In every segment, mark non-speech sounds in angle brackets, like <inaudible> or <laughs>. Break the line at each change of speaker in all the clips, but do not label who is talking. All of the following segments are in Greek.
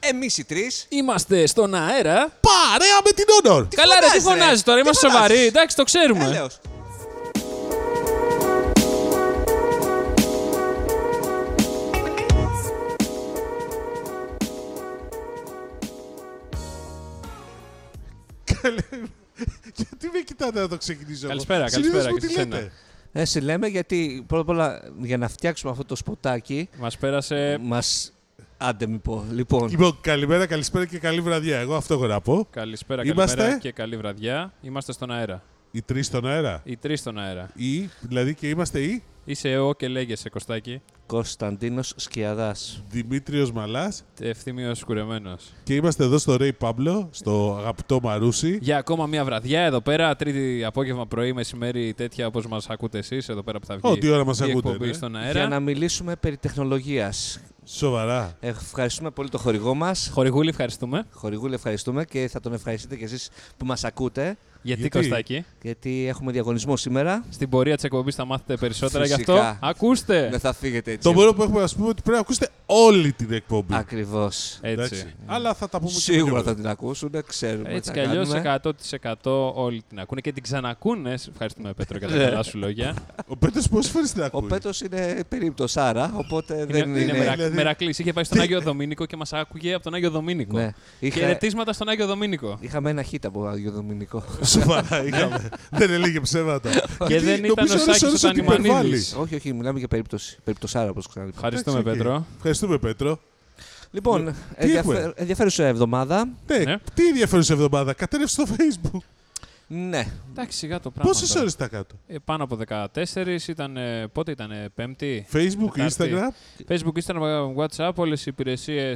Εμείς οι τρεις.
Είμαστε στον αέρα.
Παρέα με την Honor.
Καλά, ρε, τι
φωνάζεις, ρε.
φωνάζεις τώρα,
Τι
είμαστε
φωνάζεις.
σοβαροί. Εντάξει, το ξέρουμε.
Ναι.
Έλεω.
Γιατί με κοιτάτε να το ξεκινήσω. εγώ?
Καλησπέρα,
Συνήθως
καλησπέρα
μου
και
τη
σε
λέτε.
σένα.
Ε, σε λέμε γιατί πρώτα απ' όλα για να φτιάξουμε αυτό το σποτάκι
Μας πέρασε.
μας... Άντε μη πω. Λοιπόν,
Λοιπόν, καλημέρα, καλησπέρα και καλή βραδιά. Εγώ αυτό έχω να πω.
Καλησπέρα,
Είμαστε.
καλημέρα και καλή βραδιά. Είμαστε στον αέρα.
Οι τρεις στον αέρα.
Οι τρεις στον αέρα.
Ή, δηλαδή και είμαστε ή
Είσαι εγώ και λέγεσαι Κωστάκη.
Κωνσταντίνος Σκιαδάς.
Δημήτριος Μαλάς
Ευθύμιος κουρεμένος.
και είμαστε εδώ στο Ρέι Παμπλο, στο αγαπητό Μαρούσι.
Για ακόμα μια βραδιά εδώ πέρα, Τρίτη απόγευμα, πρωί, μεσημέρι, τέτοια όπως μας ακούτε εσείς εδώ πέρα που θα βγει.
Ό,τι ώρα μας
η
ακούτε,
εκπομπή
ναι.
στον
Για
αέρα.
να μιλήσουμε περί τεχνολογίας.
Σοβαρά.
Ε, Ευχαριστούμε πολύ το χορηγό μας.
Χορηγούλη, ευχαριστούμε.
Χορηγούλη ευχαριστούμε και θα τον ευχαριστείτε κι εσείς που μας ακούτε.
Γιατί,
Γιατί?
Κωστάκη,
Γιατί έχουμε διαγωνισμό σήμερα.
στην πορεία της εκπομπής θα μάθετε περισσότερα γι'
Φυσικά.
αυτό. Ακούστε!
Ε. Δεν θα φύγετε έτσι.
Το μόνο που έχουμε να σου πούμε ότι πρέπει να ακούσετε όλη την εκπομπή.
Ακριβώς.
Έτσι.
Εντάξει. Αλλά θα τα πούμε και
Σίγουρα
μετά.
θα την ακούσουν, ξέρουμε.
Έτσι
τι
κι
θα
αλλιώς
κάνουμε.
100% όλοι την ακούνε και την ξανακούνε. Σε Ευχαριστούμε, Πέτρο, για τα καλά σου λόγια.
Ο Πέτρος πόσες φορές την
Ο
ακούει.
Πέτος είναι περίπτωση άρα, οπότε δεν είναι...
είναι, είναι μερακλής.
δηλαδή-
μερακλής. Είχε πάει στον Άγιο Δομήνικο και μας άκουγε από τον Άγιο Δομήνικο.
Ναι. Είχα-
Χαιρετίσματα στον Άγιο Δομήνικο.
Είχαμε ένα χίτα από Άγιο Δομηνικό.
Σοβαρά είχαμε. δεν έλεγε ψέματα.
και
Γιατί
δεν ήταν ο
νομίζω ώρες
Σάκη ο
ώρες ότι υπερβάλλει.
Τανιμανίδης.
όχι, όχι, μιλάμε για περίπτωση. Περίπτωσάρα, όπως ξαναλείπα.
Ευχαριστούμε,
Εντάξει, οκ.
Πέτρο.
Ευχαριστούμε, Πέτρο.
Λοιπόν, ενδιαφε...
έχουμε?
ενδιαφέρουσα εβδομάδα.
Ναι,
Ναι.
τι ενδιαφέρουσα εβδομάδα. Κατέρευσε στο Facebook.
Ναι.
Εντάξει, σιγά το πράγμα.
Πόσες
τώρα.
ώρες τα κάτω.
Ε, πάνω από 14 ήταν. ε, Πότε ήταν, ε, Πέμπτη.
Facebook,
Τετάρτη.
Instagram.
Facebook, Instagram, WhatsApp, όλες οι υπηρεσίες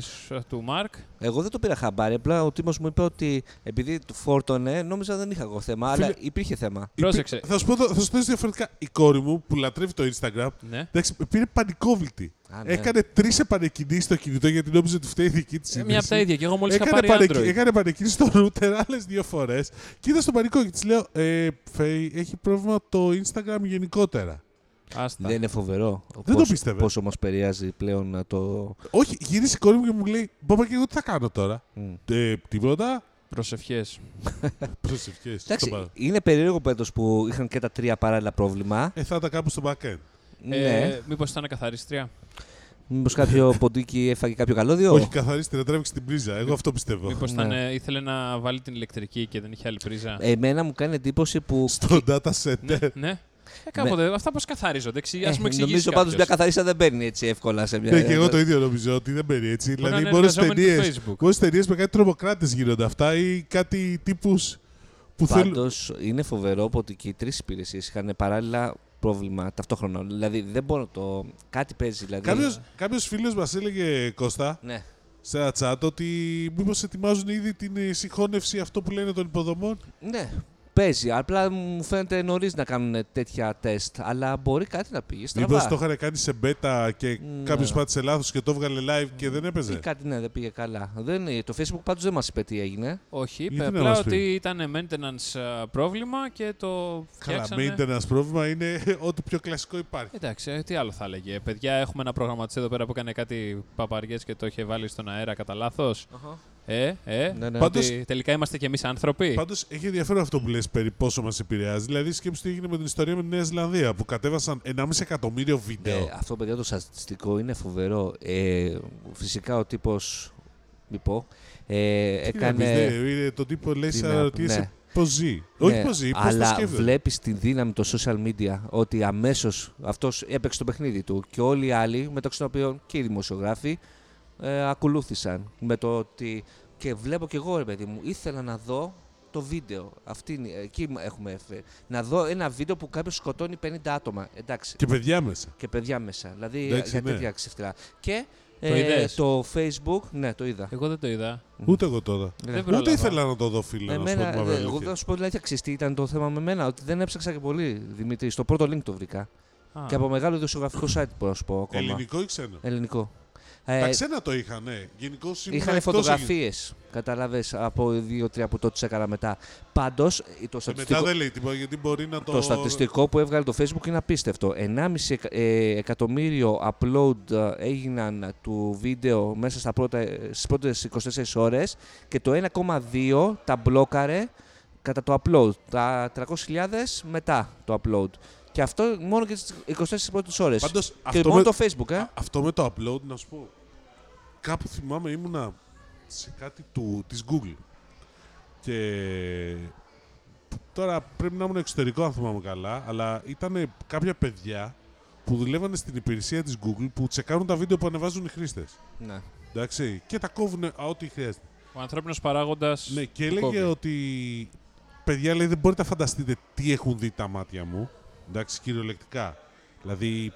του Μαρκ.
Εγώ δεν το πήρα χαμπάρι. Απλά ο Τίμος μου είπε ότι επειδή του φόρτωνε, νόμιζα δεν είχα εγώ θέμα, αλλά
Φίλε-
υπήρχε θέμα.
Πρόσεξε.
Θα σου πω, το- θα σου το έτσι διαφορετικά. Η κόρη μου που λατρεύει το Instagram.
Ναι.
Εντάξει, πήρε πανικόβλητη.
Α, ναι.
Έκανε τρεις επανεκκινήσεις στο κινητό γιατί νόμιζε ότι φταίει η δική της.
Ε, Μια από τα ίδια. Και εγώ μόλις είχα
Έκανε,
πάρει
πανεκκι...
Android.
έκανε επανεκκίνηση στο router άλλες δύο φορές και είδα στον πανικό και της λέω: ε, Φέη, έχει πρόβλημα το Instagram γενικότερα.
Άστα.
Δεν Ναι, είναι φοβερό.
το
πόσο-
πίστευε.
Πόσο μας περιάζει πλέον να το.
Όχι, γύρισε η κόρη μου και μου λέει: Μπαμπά και εγώ τι θα κάνω τώρα.
Mm.
Μμ.
Ε, τίποτα.
Προσευχές.
Προσευχές.
Εντάξει, είναι περίεργο πέτο που είχαν και τα τρία παράλληλα πρόβλημα.
Ε, θα ήταν κάπου στο backend.
Ναι.
Μήπω Ε, ήταν καθαρίστρια.
Μήπως κάποιο ποντίκι έφαγε κάποιο καλώδιο.
ε, Όχι, καθαρίστε να τράβηξε την πρίζα. Εγώ αυτό πιστεύω.
Μήπως
Ναι. Ε,
ήθελε να βάλει την ηλεκτρική και δεν είχε άλλη πρίζα.
Εμένα μου κάνει εντύπωση που.
Στο data center.
Ναι. Ε, κάποτε. Αυτά πώς καθαρίζονται. Εξηγεί- Ας μου
Ε,
εξηγήσει.
νομίζω πάντως
κάποιος.
μια καθαρίστα δεν μπαίνει έτσι εύκολα σε μια.
Ναι, και εγώ το ίδιο νομίζω ότι δεν μπαίνει έτσι.
Μπορεί
Δηλαδή,
να
μόνο
είναι
στι ταινίε.
εργαζόμενοι του Facebook.
Μόνο στι ταινίες με κάτι τρομοκράτες γίνονται αυτά ή κάτι τύπους που
ναι.
θέλουν.
Πάντως, είναι φοβερό που ότι και οι τρεις υπηρεσίες είχαν παράλληλα πρόβλημα ταυτόχρονα. Δηλαδή δεν μπορώ να το. Κάτι παίζει. Δηλαδή...
Κάποιος φίλος μας έλεγε Κώστα
Ναι.
σε ένα chat ότι μήπως ετοιμάζουν ήδη την ε, συγχώνευση αυτό που λένε των υποδομών.
ναι. Παίζει. Απλά μου φαίνεται νωρίς να κάνουν τέτοια τεστ. Αλλά μπορεί κάτι να πήγε.
Μήπω
Στραβά.
το είχαν κάνει σε beta και
Ναι.
κάποιος πάτησε λάθος και το έβγαλε live και δεν
Ή
Ε,
έπαιζε.
κάτι ναι, δεν πήγε καλά. Δεν, είναι- το Facebook πάντως δεν μας είπε τι έγινε.
Όχι,
Γιατί
είπε
να
απλά
μας
ότι ήταν maintenance ε, πρόβλημα και το
Καλά,
φτιάξανε.
maintenance πρόβλημα είναι <laughs> ό,τι πιο κλασικό υπάρχει.
Εντάξει, ε, τι άλλο θα έλεγε. Παιδιά, έχουμε ένα προγραμματιστή εδώ πέρα που έκανε κάτι παπαριές και το είχε βάλει στον αέρα κατά λάθος. Ε, ε.
Ναι, ναι.
Πάντως-
ότι τελικά είμαστε κι εμεί
Ε.
άνθρωποι.
Πάντως έχει ενδιαφέρον αυτό που λες περί πόσο μας επηρεάζει. Δηλαδή, σκέψτε τι έγινε με την ιστορία με τη Νέα Ζηλανδία που κατέβασαν 1,5 εκατομμύριο βίντεο.
Ε, αυτό παιδιά το στατιστικό είναι φοβερό. Ε, φυσικά ο τύπος, μη πω, ε,
Τι να πεις, ναι,
έκανε...
είναι το τύπο λε,
Τι να-
αναρωτιέσαι
ναι.
πώς ζει.
ναι,
Όχι πώς ζει, πώς το
Αλλά
σκέφτεται.
βλέπεις τη δύναμη των social media ότι αμέσως αυτός έπαιξε το παιχνίδι του και όλοι οι άλλοι, μεταξύ των οποίων και οι δημοσιογράφοι, ε, ακολούθησαν με το ότι... Και βλέπω κι εγώ, ρε παιδί μου, ήθελα να δω το βίντεο. Αυτή είναι, εκεί έχουμε έφερε. Να δω ένα βίντεο που κάποιος σκοτώνει 50 άτομα. Εντάξει.
Και παιδιά μέσα.
και παιδιά μέσα. Δηλαδή
Εντάξει,
για
ναι.
τέτοια ξεφτιλά. Και το,
είδες?
το Facebook, ναι, το είδα.
Εγώ δεν το είδα.
Ναι.
Ούτε εγώ τώρα.
Δεν
Ούτε
πρόλαβα.
ήθελα να το δω, φίλε. να σου πω
Εμένα,
την
δε-
παύλα
εγώ
αλήθεια.
θα σου πω δηλαδή, ξέρεις τι ήταν το θέμα με εμένα, ότι δεν έψαξα και πολύ, Δημήτρη. Στο πρώτο link το βρήκα.
Α,
Και από μεγάλο δημοσιογραφικό site μπορώ να σου πω ακόμα.
Ελληνικό ή ξένο.
Ελληνικό. Ε,
Τα ξένα το είχαν, ναι. Γενικώ
Είχαν φωτογραφίε, κατάλαβε από δύο-τρία που τότε έκανα μετά. Πάντως, το
Ε, Μετά
στατιστικό,
δεν λέει τίποτα γιατί μπορεί να το.
το στατιστικό που έβγαλε το Facebook είναι απίστευτο. 1,5 εκα- ε, εκατομμύριο upload ε, έγιναν του βίντεο μέσα στα πρώτα, ε, στις πρώτες 24 ώρες και το 1,2 τα μπλόκαρε κατά το upload. Τα 300.000 μετά το upload. Και αυτό μόνο και στις 24 πρώτες ώρες.
Πάντως,
και
αυτό,
μόνο
με...
το Facebook, ε.
α- αυτό με το upload, να σου πω. Κάπου θυμάμαι ήμουνα σε κάτι του, της Google. Και τώρα πρέπει να ήμουν εξωτερικό αν θυμάμαι καλά, αλλά ήταν κάποια παιδιά που δουλεύανε στην υπηρεσία της Google που τσεκάρουν τα βίντεο που ανεβάζουν οι χρήστες.
Ναι.
Εντάξει, και τα κόβουν ό,τι χρειάζεται.
Ο ανθρώπινος παράγοντας.
Ναι, και έλεγε ότι. Παιδιά, λέει, δεν μπορείτε να φανταστείτε τι έχουν δει τα μάτια μου. Εντάξει, κυριολεκτικά. Δηλαδή,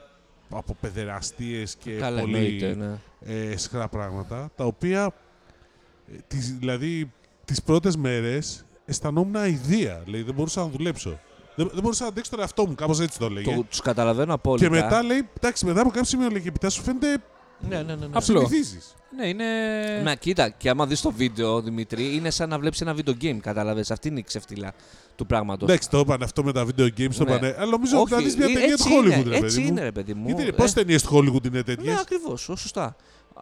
από παιδεραστίες και
Καλά
ε, πολύ
εννοείται, ναι.
ε, σχρά πράγματα, τα οποία, ε, τις, δηλαδή, τις πρώτες μέρες αισθανόμουν αηδία. Δηλαδή, δεν μπορούσα να δουλέψω. Δεν, δεν μπορούσα να αντέξω τον εαυτό μου, κάπως έτσι το λέγε.
Το, τους καταλαβαίνω απόλυτα.
και μετά λέει, εντάξει, μετά από κάποιο σημείο λέει, και μετά σου φαίνεται
Ναι, ναι, ναι. ναι.
Απλό.
συνηθίζεις.
Ναι, είναι.
Να κοίτα, και άμα δεις το βίντεο, Δημητρή, είναι σαν να βλέπεις ένα βίντεο game. Κατάλαβες. Αυτή είναι η ξεφτιλά του πράγματος.
Εντάξει, το είπαν αυτό με τα video games, το
Ναι.
είπαν. Αλλά Ναι, νομίζω ότι θα δεις μια ταινία του Hollywood, ρε
ε, Έτσι
παιδί μου.
είναι, ρε παιδί μου.
Γιατί είναι,
Ε,
πόσε ταινίες του Hollywood είναι τέτοιε.
Ναι, ακριβώ. Σωστά.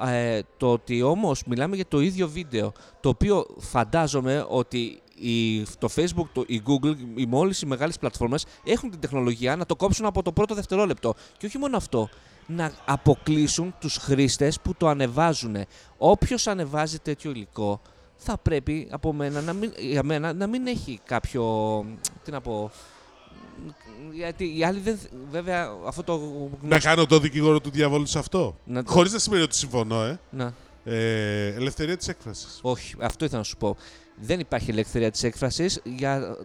Ε, το ότι όμως μιλάμε για το ίδιο βίντεο, το οποίο φαντάζομαι ότι η, το Facebook, το, η Google, οι μόλις οι μεγάλες πλατφόρμες έχουν την τεχνολογία να το κόψουν από το πρώτο δευτερόλεπτο. Και όχι μόνο αυτό, να αποκλείσουν τους χρήστες που το ανεβάζουν. Όποιος ανεβάζει τέτοιο υλικό, θα πρέπει από μένα να μην, για μένα να μην έχει κάποιο. Τι να πω. Γιατί οι άλλοι δεν. Βέβαια, αυτό το.
Να κάνω το δικηγόρο του διαβόλου σε αυτό.
Να το-
Χωρίς να σημαίνει ότι συμφωνώ, ε.
Να.
ε ελευθερία της έκφρασης.
Όχι, αυτό ήθελα να σου πω. Δεν υπάρχει ελευθερία της έκφρασης για.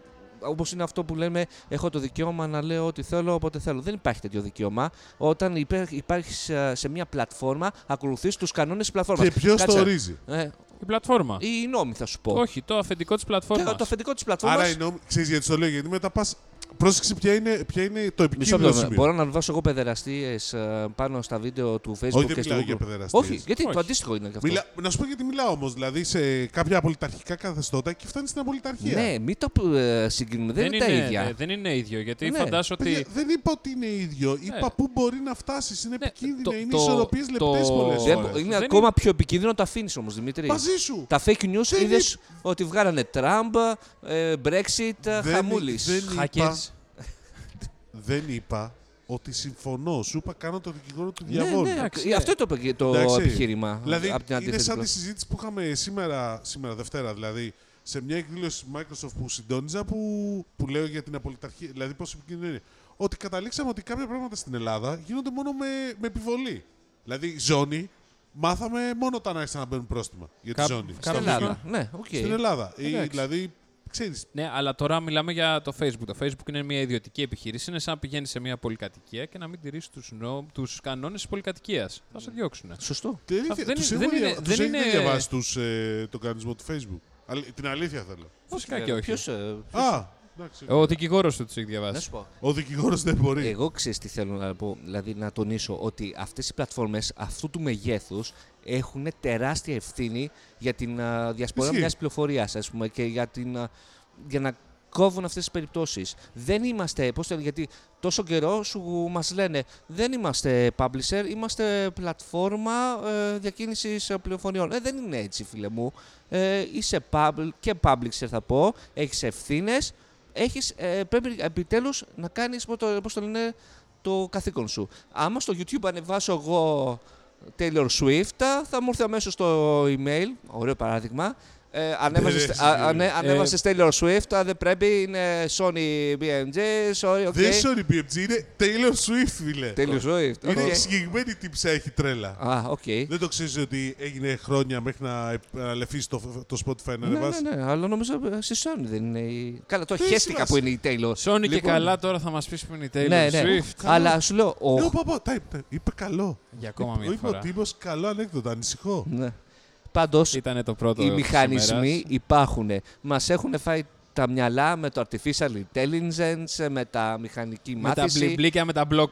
Όπως είναι αυτό που λέμε, έχω το δικαίωμα να λέω ό,τι θέλω, όποτε θέλω. Δεν υπάρχει τέτοιο δικαίωμα. Όταν υπάρχει σε μια πλατφόρμα, ακολουθείς τους κανόνες της πλατφόρμας.
Και ποιος το ορίζει.
Ε,
Η πλατφόρμα.
ή οι νόμοι, θα σου πω.
Όχι, το αφεντικό της
Και
πλατφόρμας.
το αφεντικό της
Άρα
πλατφόρμα.
οι νόμοι. Ξέρεις γιατί το λέω, γιατί μετά πας. Πρόσεξε ποια είναι, ποια είναι το επικίνδυνο σημείο.
Μπορώ να ανεβάσω εγώ παιδεραστίες πάνω στα βίντεο του Facebook
Όχι,
και
δεν
στο
μιλάω για
Google.
παιδεραστίες.
Όχι, γιατί
Όχι.
το αντίστοιχο είναι και αυτό.
Μιλά... Να σου πω γιατί μιλάω όμως. Δηλαδή σε κάποια απολυταρχικά καθεστώτα και φτάνει στην απολυταρχία.
Ναι, μην το ε, συγκρίνουμε. Δεν, είναι τα
είναι,
ίδια.
ναι, δεν είναι ίδιο. Γιατί
Ναι.
φαντάζω ότι.
Παιδιά, δεν είπα ότι είναι ίδιο. Είπα πού μπορεί να φτάσεις. Είναι
Ναι,
επικίνδυνο.
το-
είναι
το-
ισορροπίε λεπτέ
το-
πολλές
Δεν-
Ωραία.
είναι
ε, Δεν
ακόμα
είναι-
πιο επικίνδυνο να το αφήνεις όμως, Δημήτρη.
Μαζί σου.
Τα fake news
Δεν
είδες ότι βγάλανε Τραμπ, ε, Ναι, Brexit,
Δεν-
χαμούλης.
δεν-
Hackers.
είπα- Δεν είπα ότι συμφωνώ. Σου είπα κάνω το δικηγόρο του διαβόλου.
εντάξει,
ε,
ναι.
Αυτό το, είπε και το
Εντάξει.
επιχείρημα.
Δηλαδή,
απ' την
είναι
αντίθεση
σαν τη
πλευρά.
συζήτηση που είχαμε σήμερα, σήμερα Δευτέρα, δηλαδή, σε μια εκδήλωση Microsoft που συντόνιζα που, που λέω για την απολυταρχία, δηλαδή πόσο επικίνδυνο είναι. Ότι καταλήξαμε ότι κάποια πράγματα στην Ελλάδα γίνονται μόνο με, με επιβολή. Δηλαδή, η ζώνη, μάθαμε μόνο όταν άρχισαν να μπαίνουν πρόστιμα για τη
Κάπου-
ζώνη.
κάπου
Στην
Στην
Ελλάδα. Ναι, οκ.
Στην Ελλάδα. Ή,
Εντάξει.
δηλαδή, ξέρεις,
Ναι, αλλά τώρα μιλάμε για το Facebook. Το Facebook είναι μια ιδιωτική επιχείρηση. Είναι σαν να πηγαίνει σε μια πολυκατοικία και να μην τηρήσει τους νο... τους κανόνες της πολυκατοικίας. Θα
Ναι.
σε διώξουν.
Σωστό.
δεν,
Αυτό δεν
τους
είναι-
έχουν
δεν
δια-
είναι-
τους
δεν
έχετε
είναι-
διαβάσει τους, ε, τον κανονισμό του Facebook. Αλη- την αλήθεια θέλω.
Φυσικά και όχι.
Ποιος, ε,
Α, εντάξει.
Ο δικηγόρο του τους έχει
Ναι,
να
διαβάσει.
σου πω.
Ο δικηγόρος δεν μπορεί.
Εγώ ξέρεις τι θέλω να πω. Δηλαδή να τονίσω ότι αυτές οι πλατφόρμες αυτού του μεγέθους έχουν τεράστια ευθύνη για την ε, α, διασπορά
Ισχύει.
μιας πληροφορίας, ας πούμε, και για, την, α, για να κόβουν αυτές τις περιπτώσεις. Δεν είμαστε. Πώς, το λένε, γιατί τόσο καιρό σου μας λένε δεν είμαστε publisher, είμαστε πλατφόρμα ε, διακίνησης πληροφοριών. Ε, δεν είναι έτσι, φίλε μου. Ε, είσαι pub, και publisher, θα πω. Έχεις ευθύνες έχεις, ε, πρέπει επιτέλους να κάνεις πώς το, πώς το λένε, το καθήκον σου. Άμα στο YouTube ανεβάσω εγώ Taylor Swift, α, θα μου έρθει αμέσως το email, ωραίο παράδειγμα. Ε, ανέβασες,
Ναι,
α,
ναι.
α, ναι, ανέβασες Taylor Swift, α, δεν πρέπει, είναι Sony BMG, sorry,
Δεν
okay.
είναι Sorry BMG, είναι Taylor Swift, φίλε.
Taylor Swift,
Είναι
okay.
συγκεκριμένη τύψα, έχει τρέλα.
Α, οκ. Ναι,
Δεν το ξέρεις ότι έγινε χρόνια μέχρι να επ- αλεφίσει το, το Spotify να ανεβάσει.
ναι, ναι, αλλά νομίζω ε, στη Sony δεν είναι η... Καλά, το
Δεν
χέστηκα
σημασία.
που είναι η Taylor.
Sony και
Λοιπόν,
καλά τώρα θα μας πεις που είναι η Taylor
Ναι, ναι.
Swift.
Αλλά σου λέω, ο-
Λέω, παπά, τα είπε, είπε καλό.
Για ακόμα
είπε,
μια
είπε ο
φορά.
τύπος καλό ανέκδοτα, ανησυχώ.
ναι. Πάντως,
Ήταν το πρώτο.
οι
της
μηχανισμοί
ημέρας.
υπάρχουν. Μας έχουν φάει τα μυαλά με το artificial intelligence, με τα μηχανική
Με τα
μάθηση.
μπλιμπλίκια, με τα blockchain,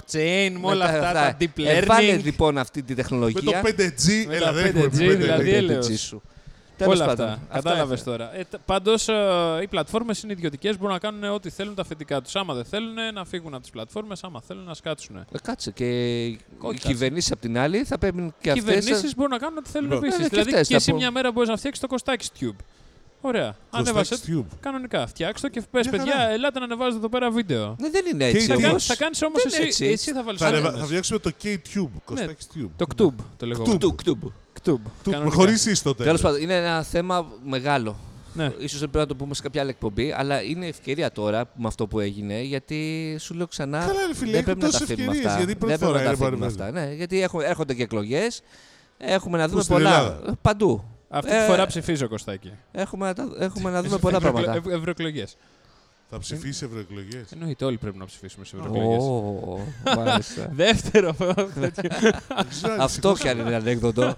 με,
με
όλα
τα-
αυτά τα deep
Ε, βάλε
learning.
λοιπόν αυτή τη
Με το
τεχνολογία.
5G,
Με
έλα,
τα
δεν έχουμε
5G,
πει 5G.
δηλαδή,
το
έλεος.
PDG σου. Τέλος
Όλα
πάντων,
αυτά. Κατάλαβε
έφερε.
τώρα. Ε, Πάντω οι πλατφόρμες είναι ιδιωτικές, μπορούν να κάνουν ό,τι θέλουν τα αφεντικά τους. Άμα δεν θέλουν να φύγουν από τις πλατφόρμες, άμα θέλουν να σκάτσουν.
Ε, Κάτσε και οι
κάτσε.
κυβερνήσεις απ' την άλλη θα πρέπει και ε,
Οι
αυτές.
κυβερνήσεις μπορούν να κάνουν ό,τι θέλουν
Λοιπόν.
επίσης.
Ε, και
δηλαδή και,
αυτές θα
εσύ
πω.
μια μέρα μπορείς να φτιάξεις το κοστάκι Tube. Ωραία. Ανέβασε το.
Κωστάκης Tube.
Κανονικά. Φτιάξτε το και πες,
Μια
παιδιά,
χαρά.
ελάτε να ανεβάζετε εδώ πέρα βίντεο.
Ναι, δεν είναι
Και
έτσι
οι
Θα,
όμως.
κάνεις,
όμως.
θα κάνεις όμως
Δεν
εσύ,
είναι έτσι.
εσύ. θα βάλεις
Θα, ανεβα- θα φτιάξουμε το K-Tube. Κωστάκης Tube.
Ναι. Το κτούμπ το λεγόμενο.
Κτουμπ, κτουμπ.
Κτούμπ.
Tube.
Κανονικά.
Χωρίς ίστο
Τέλος πάντων, είναι ένα θέμα μεγάλο.
Ναι.
Ίσως δεν πρέπει να το πούμε σε κάποια άλλη εκπομπή, αλλά είναι ευκαιρία τώρα με αυτό που έγινε, γιατί σου λέω ξανά.
Καλά, ρε φίλε,
δεν
έχουν
πρέπει να τα
τόσες
αφήνουμε
ευκαιρίες,
αυτά.
γιατί πρώτη
δεν πρέπει να
φορά
τα
είναι
αφήνουμε αυτά.
παρεμβαίνει.
Ναι, γιατί έχουμε, έρχονται και εκλογές. Έχουμε να δούμε
στην
πολλά.
Ελλάδα.
Ε, Παντού.
Αυτή τη
Ε,
φορά ψηφίζω, Κωστάκη.
Έχουμε, να τα- έχουμε να δούμε πολλά
Ευρωεκλο-
πράγματα.
ευ- ευρωεκλογές.
Θα ψηφίσει ευρωεκλογές.
Εννοείται, όλοι πρέπει να ψηφίσουμε σε ευρωεκλογές.
Ω, μάλιστα.
Δεύτερο.
<laughs> Αυτό κι αν είναι
<laughs>
ανέκδοτο.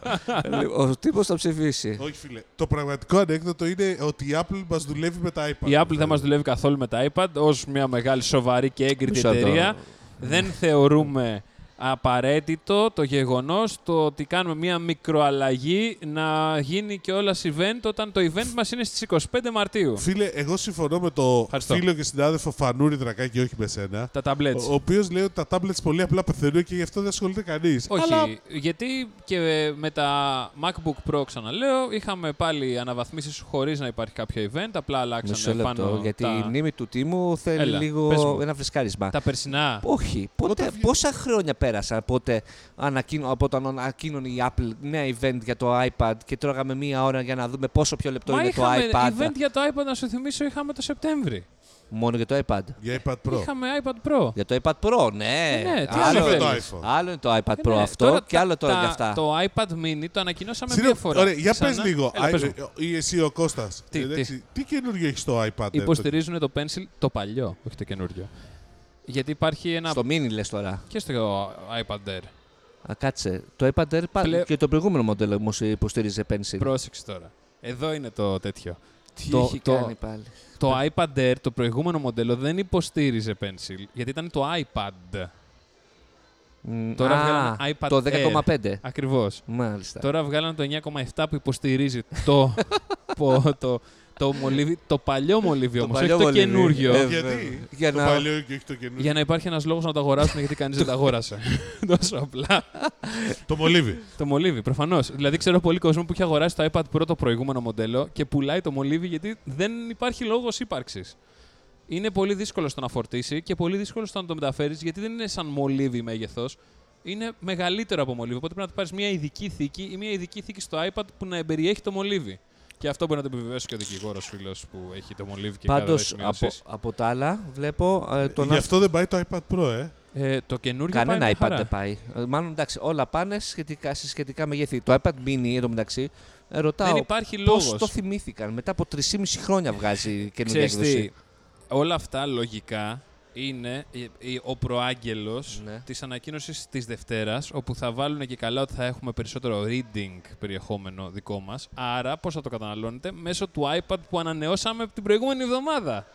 Ο τύπος θα ψηφίσει.
Όχι, φίλε. Το πραγματικό ανέκδοτο είναι ότι η Apple μας δουλεύει με τα iPad.
Η Apple δεν μας δουλεύει καθόλου με τα iPad ως μια μεγάλη σοβαρή και έγκριτη
Μισό λεπτό.
εταιρεία. Δεν θεωρούμε απαραίτητο το γεγονός το ότι κάνουμε μια μικροαλλαγή να γίνει και όλα event όταν το event μας είναι στις 25 Μαρτίου.
Φίλε, εγώ συμφωνώ με το
Ευχαριστώ.
φίλο και συνάδελφο Φανούρη Δρακάκη, όχι με σένα.
Τα tablets.
Ο οποίος λέει ότι τα tablets πολύ απλά πεθαίνουν και γι' αυτό δεν ασχολείται κανείς.
Όχι, γιατί και με τα MacBook Pro, ξαναλέω, είχαμε πάλι αναβαθμίσεις χωρίς να υπάρχει κάποιο event,
Μισό
απλά αλλάξανε
λεπτό,
πάνω
γιατί η
τα,
μνήμη του τίμου θέλει
Έλα, πες
λίγο
μου.
ένα φρεσκάρισμα.
τα περσινά.
Όχι. Πότε,
Όταν βγει-
πόσα χρόνια πέρασαν πότε ανακοίνω, από όταν ανακοίνωνε η Apple νέα event για το iPad και τρώγαμε μία ώρα για να δούμε πόσο πιο λεπτό
Μα
είναι το
είχαμε
iPad.
event για το iPad, να σου θυμίσω, είχαμε το Σεπτέμβρη.
Μόνο για το iPad.
Για iPad Pro.
Είχαμε iPad Pro.
Για το iPad Pro, ναι.
Ναι, τι
άλλο,
άλλο θέλεις.
είναι το iPhone. άλλο είναι το iPad
Ε,
Pro
ναι,
αυτό
τώρα
και άλλο τώρα
τα-
για αυτά.
Το iPad mini το ανακοινώσαμε
Συγγνώμη,
μία φορά.
Ωραία, για
Ξανά.
πες λίγο.
Έλα, πες
Α,
μου.
ε, ή εσύ ο Κώστας.
Τι,
τι. καινούριο έχεις στο iPad. ε,
Υποστηρίζουν το Pencil το παλιό, όχι το καινούριο. Γιατί υπάρχει ένα.
Στο mini λες τώρα.
και στο iPad Air.
Α, κάτσε. Το iPad Air πα-
Πλε-
και το προηγούμενο μοντέλο όμως υποστήριζε Pencil.
Πρόσεξε τώρα. Εδώ είναι το τέτοιο.
Τι
το-
έχει
το-
κάνει πάλι.
Το iPad Air, το προηγούμενο μοντέλο, δεν υποστήριζε Pencil, γιατί ήταν το iPad.
Μ,
Τώρα
α,
βγάλανε iPad
το
Air.
10,5.
Ακριβώς.
Μάλιστα.
Τώρα βγάλανε το 9,7 που υποστηρίζει το, το, το, το, μολύβι, το παλιό μολύβι όμω, όχι
παλιό
το
μολύβι.
καινούριο.
Ε,
Γιατί
Για
το
να-
παλιό και όχι το καινούριο.
Για να υπάρχει ένας λόγος να το αγοράσουν γιατί κανείς δεν τα αγόρασε. <laughs> Τόσο απλά.
Το μολύβι.
το μολύβι, προφανώς. Δηλαδή, ξέρω πολύ κόσμο που είχε αγοράσει το iPad Pro το προηγούμενο μοντέλο και πουλάει το μολύβι γιατί δεν υπάρχει λόγος ύπαρξης. Είναι πολύ δύσκολο στο να φορτίσει και πολύ δύσκολο στο να το μεταφέρεις γιατί δεν είναι σαν μολύβι μέγεθος. Είναι μεγαλύτερο από μολύβι. Οπότε πρέπει να πάρεις μια ειδική θήκη ή μια ειδική θήκη στο iPad που να εμπεριέχει το μολύβι. Και αυτό μπορεί να το επιβεβαιώσει και ο δικηγόρος φίλος που έχει το μολύβι και
Πάντως
κρατάει
από,
σημειώσεις.
από τα άλλα βλέπω ε, τον
Γι' αυτό δεν πάει το iPad Pro, ε.
Ε, το καινούργιο πάει
Κανένα
μια
iPad
χαρά.
δεν πάει. Ε, Μάλλον εντάξει, όλα πάνε σχετικά, σε σχετικά μεγέθη. Το iPad mini εντωμεταξύ ε,
Δεν
ρωτάω
υπάρχει λόγο.
πώ το θυμήθηκαν. Μετά από 3,5 χρόνια βγάζει καινούργια
Ε, Ξέρεις τι,
έκδοση.
όλα αυτά λογικά είναι ε, ε, ο προάγγελος
Ναι.
της ανακοίνωσης της Δευτέρας, όπου θα βάλουν και καλά ότι θα έχουμε περισσότερο reading περιεχόμενο δικό μας. Άρα, πώς θα το καταναλώνετε, μέσω του iPad που ανανεώσαμε την προηγούμενη εβδομάδα.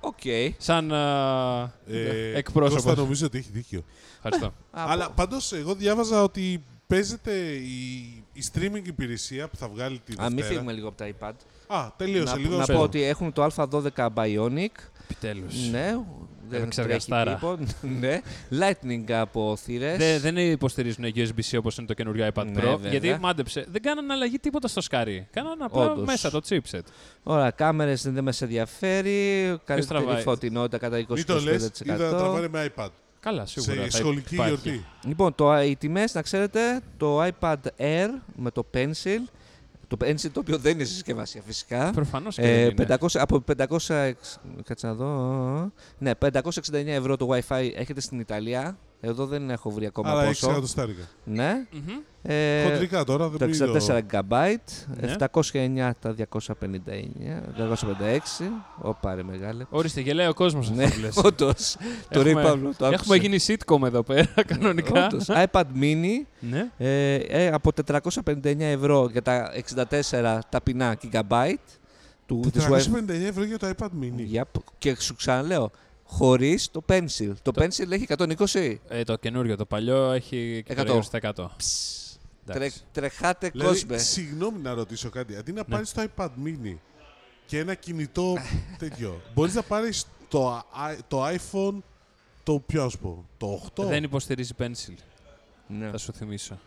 Οκ.
Σαν α,
ε
εκπρόσωπος.
Κώστα νομίζω ότι έχει δίκιο. <laughs>
Ευχαριστώ.
Από-
Αλλά πάντως εγώ διάβαζα ότι παίζεται η, η streaming υπηρεσία που θα βγάλει τη
Α, μην
Δευτέρα.
φύγουμε λίγο από τα iPad.
Α, τελείωσε
να,
λίγο.
να
σου
πω
λέω.
ότι έχουν το α12 Bionic.
Επιτέλους.
Ναι, δεν τρέχει
Επεξεργαστάρα.
τίποτα. <laughs> ναι. Lightning από θύρες.
Δε- δεν υποστηρίζουν USB-C όπως είναι το καινούριο iPad
Ναι,
Pro,
βέβαια.
γιατί μάντεψε. Δεν κάνανε αλλαγή τίποτα στο σκάρι. Κάνανε απλά
Όντως.
μέσα το chipset.
Ωραία, κάμερες δεν με σε ενδιαφέρει. Καλύτερη
τραβάει.
φωτεινότητα κατά 20%.
Μην το λες, είδα να τραβάνε με iPad.
Καλά, σίγουρα.
Σε
θα
σχολική
υπάρχει.
γιορτή.
Λοιπόν, το, οι τιμές, να ξέρετε, το iPad Air με το Pencil, το Pencil το οποίο δεν είναι συσκευασία φυσικά,
Προφανώς και
ε,
δεν είναι.
500, από 500, εξ- κάτσε να δω, ναι, 569 ευρώ το Wi-Fi έχετε στην Ιταλία, εδώ δεν έχω βρει ακόμα
Αλλά έχει
πόσο.
100 στάρικα.
Ναι,
Μμμ.
ε,
Χοντρικά τώρα δεν
το
πήγε.
64 GB,
Ναι.
709 τα 259, 256, όπα ρε μεγάλε.
Ορίστε, γελάει ο κόσμος αυτό
Ναι,
που λες.
όντως, <laughs> το
Έχουμε-
Ray Pablo το άκουσε.
Έχουμε γίνει sitcom εδώ
<laughs>
πέρα, κανονικά.
Όντως, iPad mini,
Ναι.
Ε, ε, από 459 ευρώ για τα 64 ταπεινά gigabyte του της Huawei.
459 ευρώ για το iPad mini.
Yep. Και σου ξαναλέω, χωρίς το pencil. Το, pencil έχει 120.
Ε, το καινούριο, το παλιό έχει
100.
100%.
Τρε, τρεχάτε
Δηλαδή,
κόσμε.
συγγνώμη να ρωτήσω κάτι. Αντί
Ναι.
να πάρεις το iPad mini και ένα
<laughs>
κινητό τέτοιο, μπορείς να πάρεις το, i- το iPhone το ποιο ας πω, το 8.
Δεν υποστηρίζει pencil,
Ναι.
θα σου θυμίσω.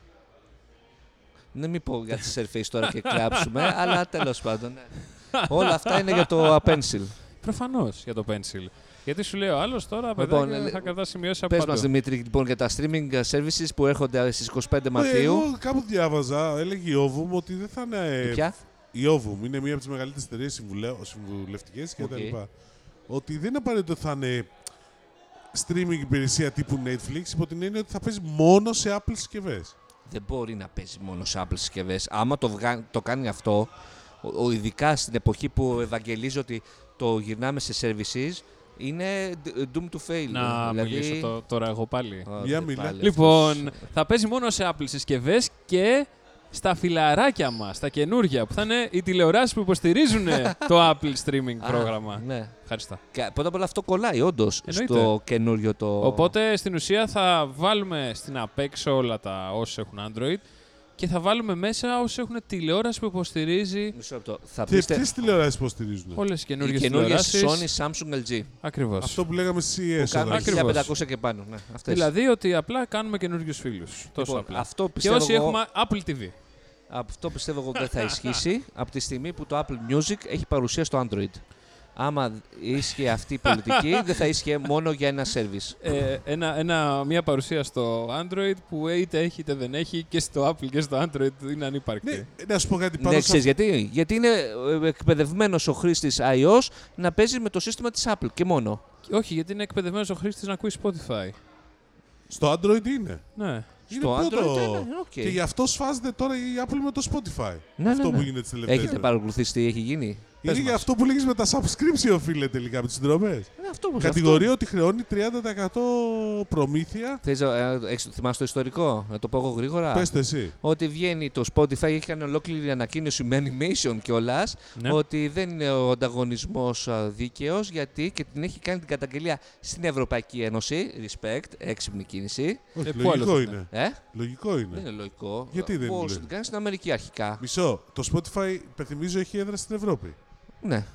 Ναι, μην πω
<laughs>
για τη Surface τώρα και κλάψουμε, αλλά τέλος πάντων. ναι. Όλα αυτά είναι για το pencil.
Προφανώς για το pencil. Γιατί σου λέει ο άλλος τώρα,
Λοιπόν,
παιδάκι,
ε,
θα κρατάς σημειώσεις από
Πες μας,
παντού.
Δημήτρη, λοιπόν, για τα streaming services που έρχονται στις 25
Ε,
Μαρτίου.
Εγώ κάπου διάβαζα, έλεγε η Ovum ότι δεν θα
Ε,
είναι. ε,
Και Ποια?
Η Ovum είναι μία από τις μεγαλύτερες εταιρείες συμβουλευτικές και τα
Οκ.
λοιπά. Ότι δεν είναι απαραίτητο ότι θα είναι streaming υπηρεσία τύπου Netflix υπό την έννοια ότι θα παίζει μόνο σε Apple συσκευές.
Δεν μπορεί να παίζει μόνο σε Apple συσκευές. Άμα το, βγα- το κάνει αυτό, ο, ο- ειδικά στην εποχή που ευαγγελίζει ότι το γυρνάμε σε services, είναι d- doom to fail.
Να
δηλαδή...
μιλήσω το- τώρα εγώ πάλι.
Άντε,
Για μιλά.
πάλι
Λοιπόν,
αυτός.
θα παίζει μόνο σε Apple συσκευές και στα φιλαράκια μας, τα καινούργια, που θα είναι οι τηλεοράσεις που
<laughs>
υποστηρίζουν το Apple streaming
Α,
πρόγραμμα.
Ναι.
Ευχαριστώ.
Κα- Πρώτα απ' όλα αυτό κολλάει όντως
Εννοείται.
στο καινούριο το.
Οπότε στην ουσία θα βάλουμε στην απέξω όλα τα όσοι έχουν Android και θα βάλουμε μέσα όσοι έχουν τηλεόραση που υποστηρίζει
Μισό λεπτό. Θα
Και
πείστε.
ποιε τηλεοράσεις υποστηρίζουν.
όλες τι
Οι
καινούργιες
καινούριε
τηλεοράσεις.
Sony, Samsung, LG.
Ακριβώς.
Αυτό που λέγαμε στη CES.
Που κάνουν
όταν
Ακριβώς.
1500 και πάνω. Ναι, αυτές.
Δηλαδή ότι απλά κάνουμε καινούριους φίλους. Τόσο
Λοιπόν,
απλά.
Αυτό
Και
πιστεύω,
όσοι
εγώ,
έχουμε Apple TV.
αυτό πιστεύω εγώ δεν θα ισχύσει από τη στιγμή που το Apple Music έχει παρουσία στο Android. Άμα ίσχυε αυτή η
<laughs>
πολιτική, δεν θα ίσχυε μόνο για ένα service.
Ε, ένα, ένα, μια παρουσία στο Android που είτε έχει είτε δεν έχει και στο Apple και στο Android είναι ανύπαρκτη.
Ναι, να σου πω κάτι πάνω
Ναι,
σε
ξέρεις γιατί. Γιατί είναι εκπαιδευμένος ο χρήστης iOS να παίζεις με το σύστημα της Apple και μόνο.
Και Όχι, γιατί είναι εκπαιδευμένος ο χρήστης να ακούει Spotify.
Στο Android είναι.
Ναι.
Στο
είναι
Android.
πρώτο.
ναι, ναι, οκ.
Και γι' αυτό σφάζεται τώρα η Apple με το Spotify.
Ναι, ναι,
αυτό
ναι.
που γίνεται τι τελευταίε.
Έχετε παρακολουθήσει τι έχει γίνει.
Είναι
Πες
για
μας.
αυτό που λέγεις με τα subscription, φίλε, τελικά από τις συνδρομές.
Ναι, αυτό όμως, αυτό.
Κατηγορεί ότι χρεώνει 30% προμήθεια.
Θες, να- ε, έχεις- θυμάσαι το ιστορικό, να το πω εγώ γρήγορα.
Πες το εσύ.
Ότι βγαίνει το Spotify, έχει κάνει ολόκληρη ανακοίνωση με animation κιόλας.
Ναι.
Ότι δεν είναι ο ανταγωνισμός δίκαιος γιατί και την έχει κάνει την καταγγελία στην Ευρωπαϊκή Ένωση. Respect, έξυπνη κίνηση.
Όχι,
Ε, πού άλλο
λογικό
θα
είναι.
Ε,
Λογικό
δεν είναι
είναι.
λογικό.
Γιατί δεν
Μπορούσε
είναι.
να την κάνεις στην Αμερική αρχικά.
Μισό. Το Spotify, υπενθυμίζω, έχει έδρα στην Ευρώπη.
Ναι,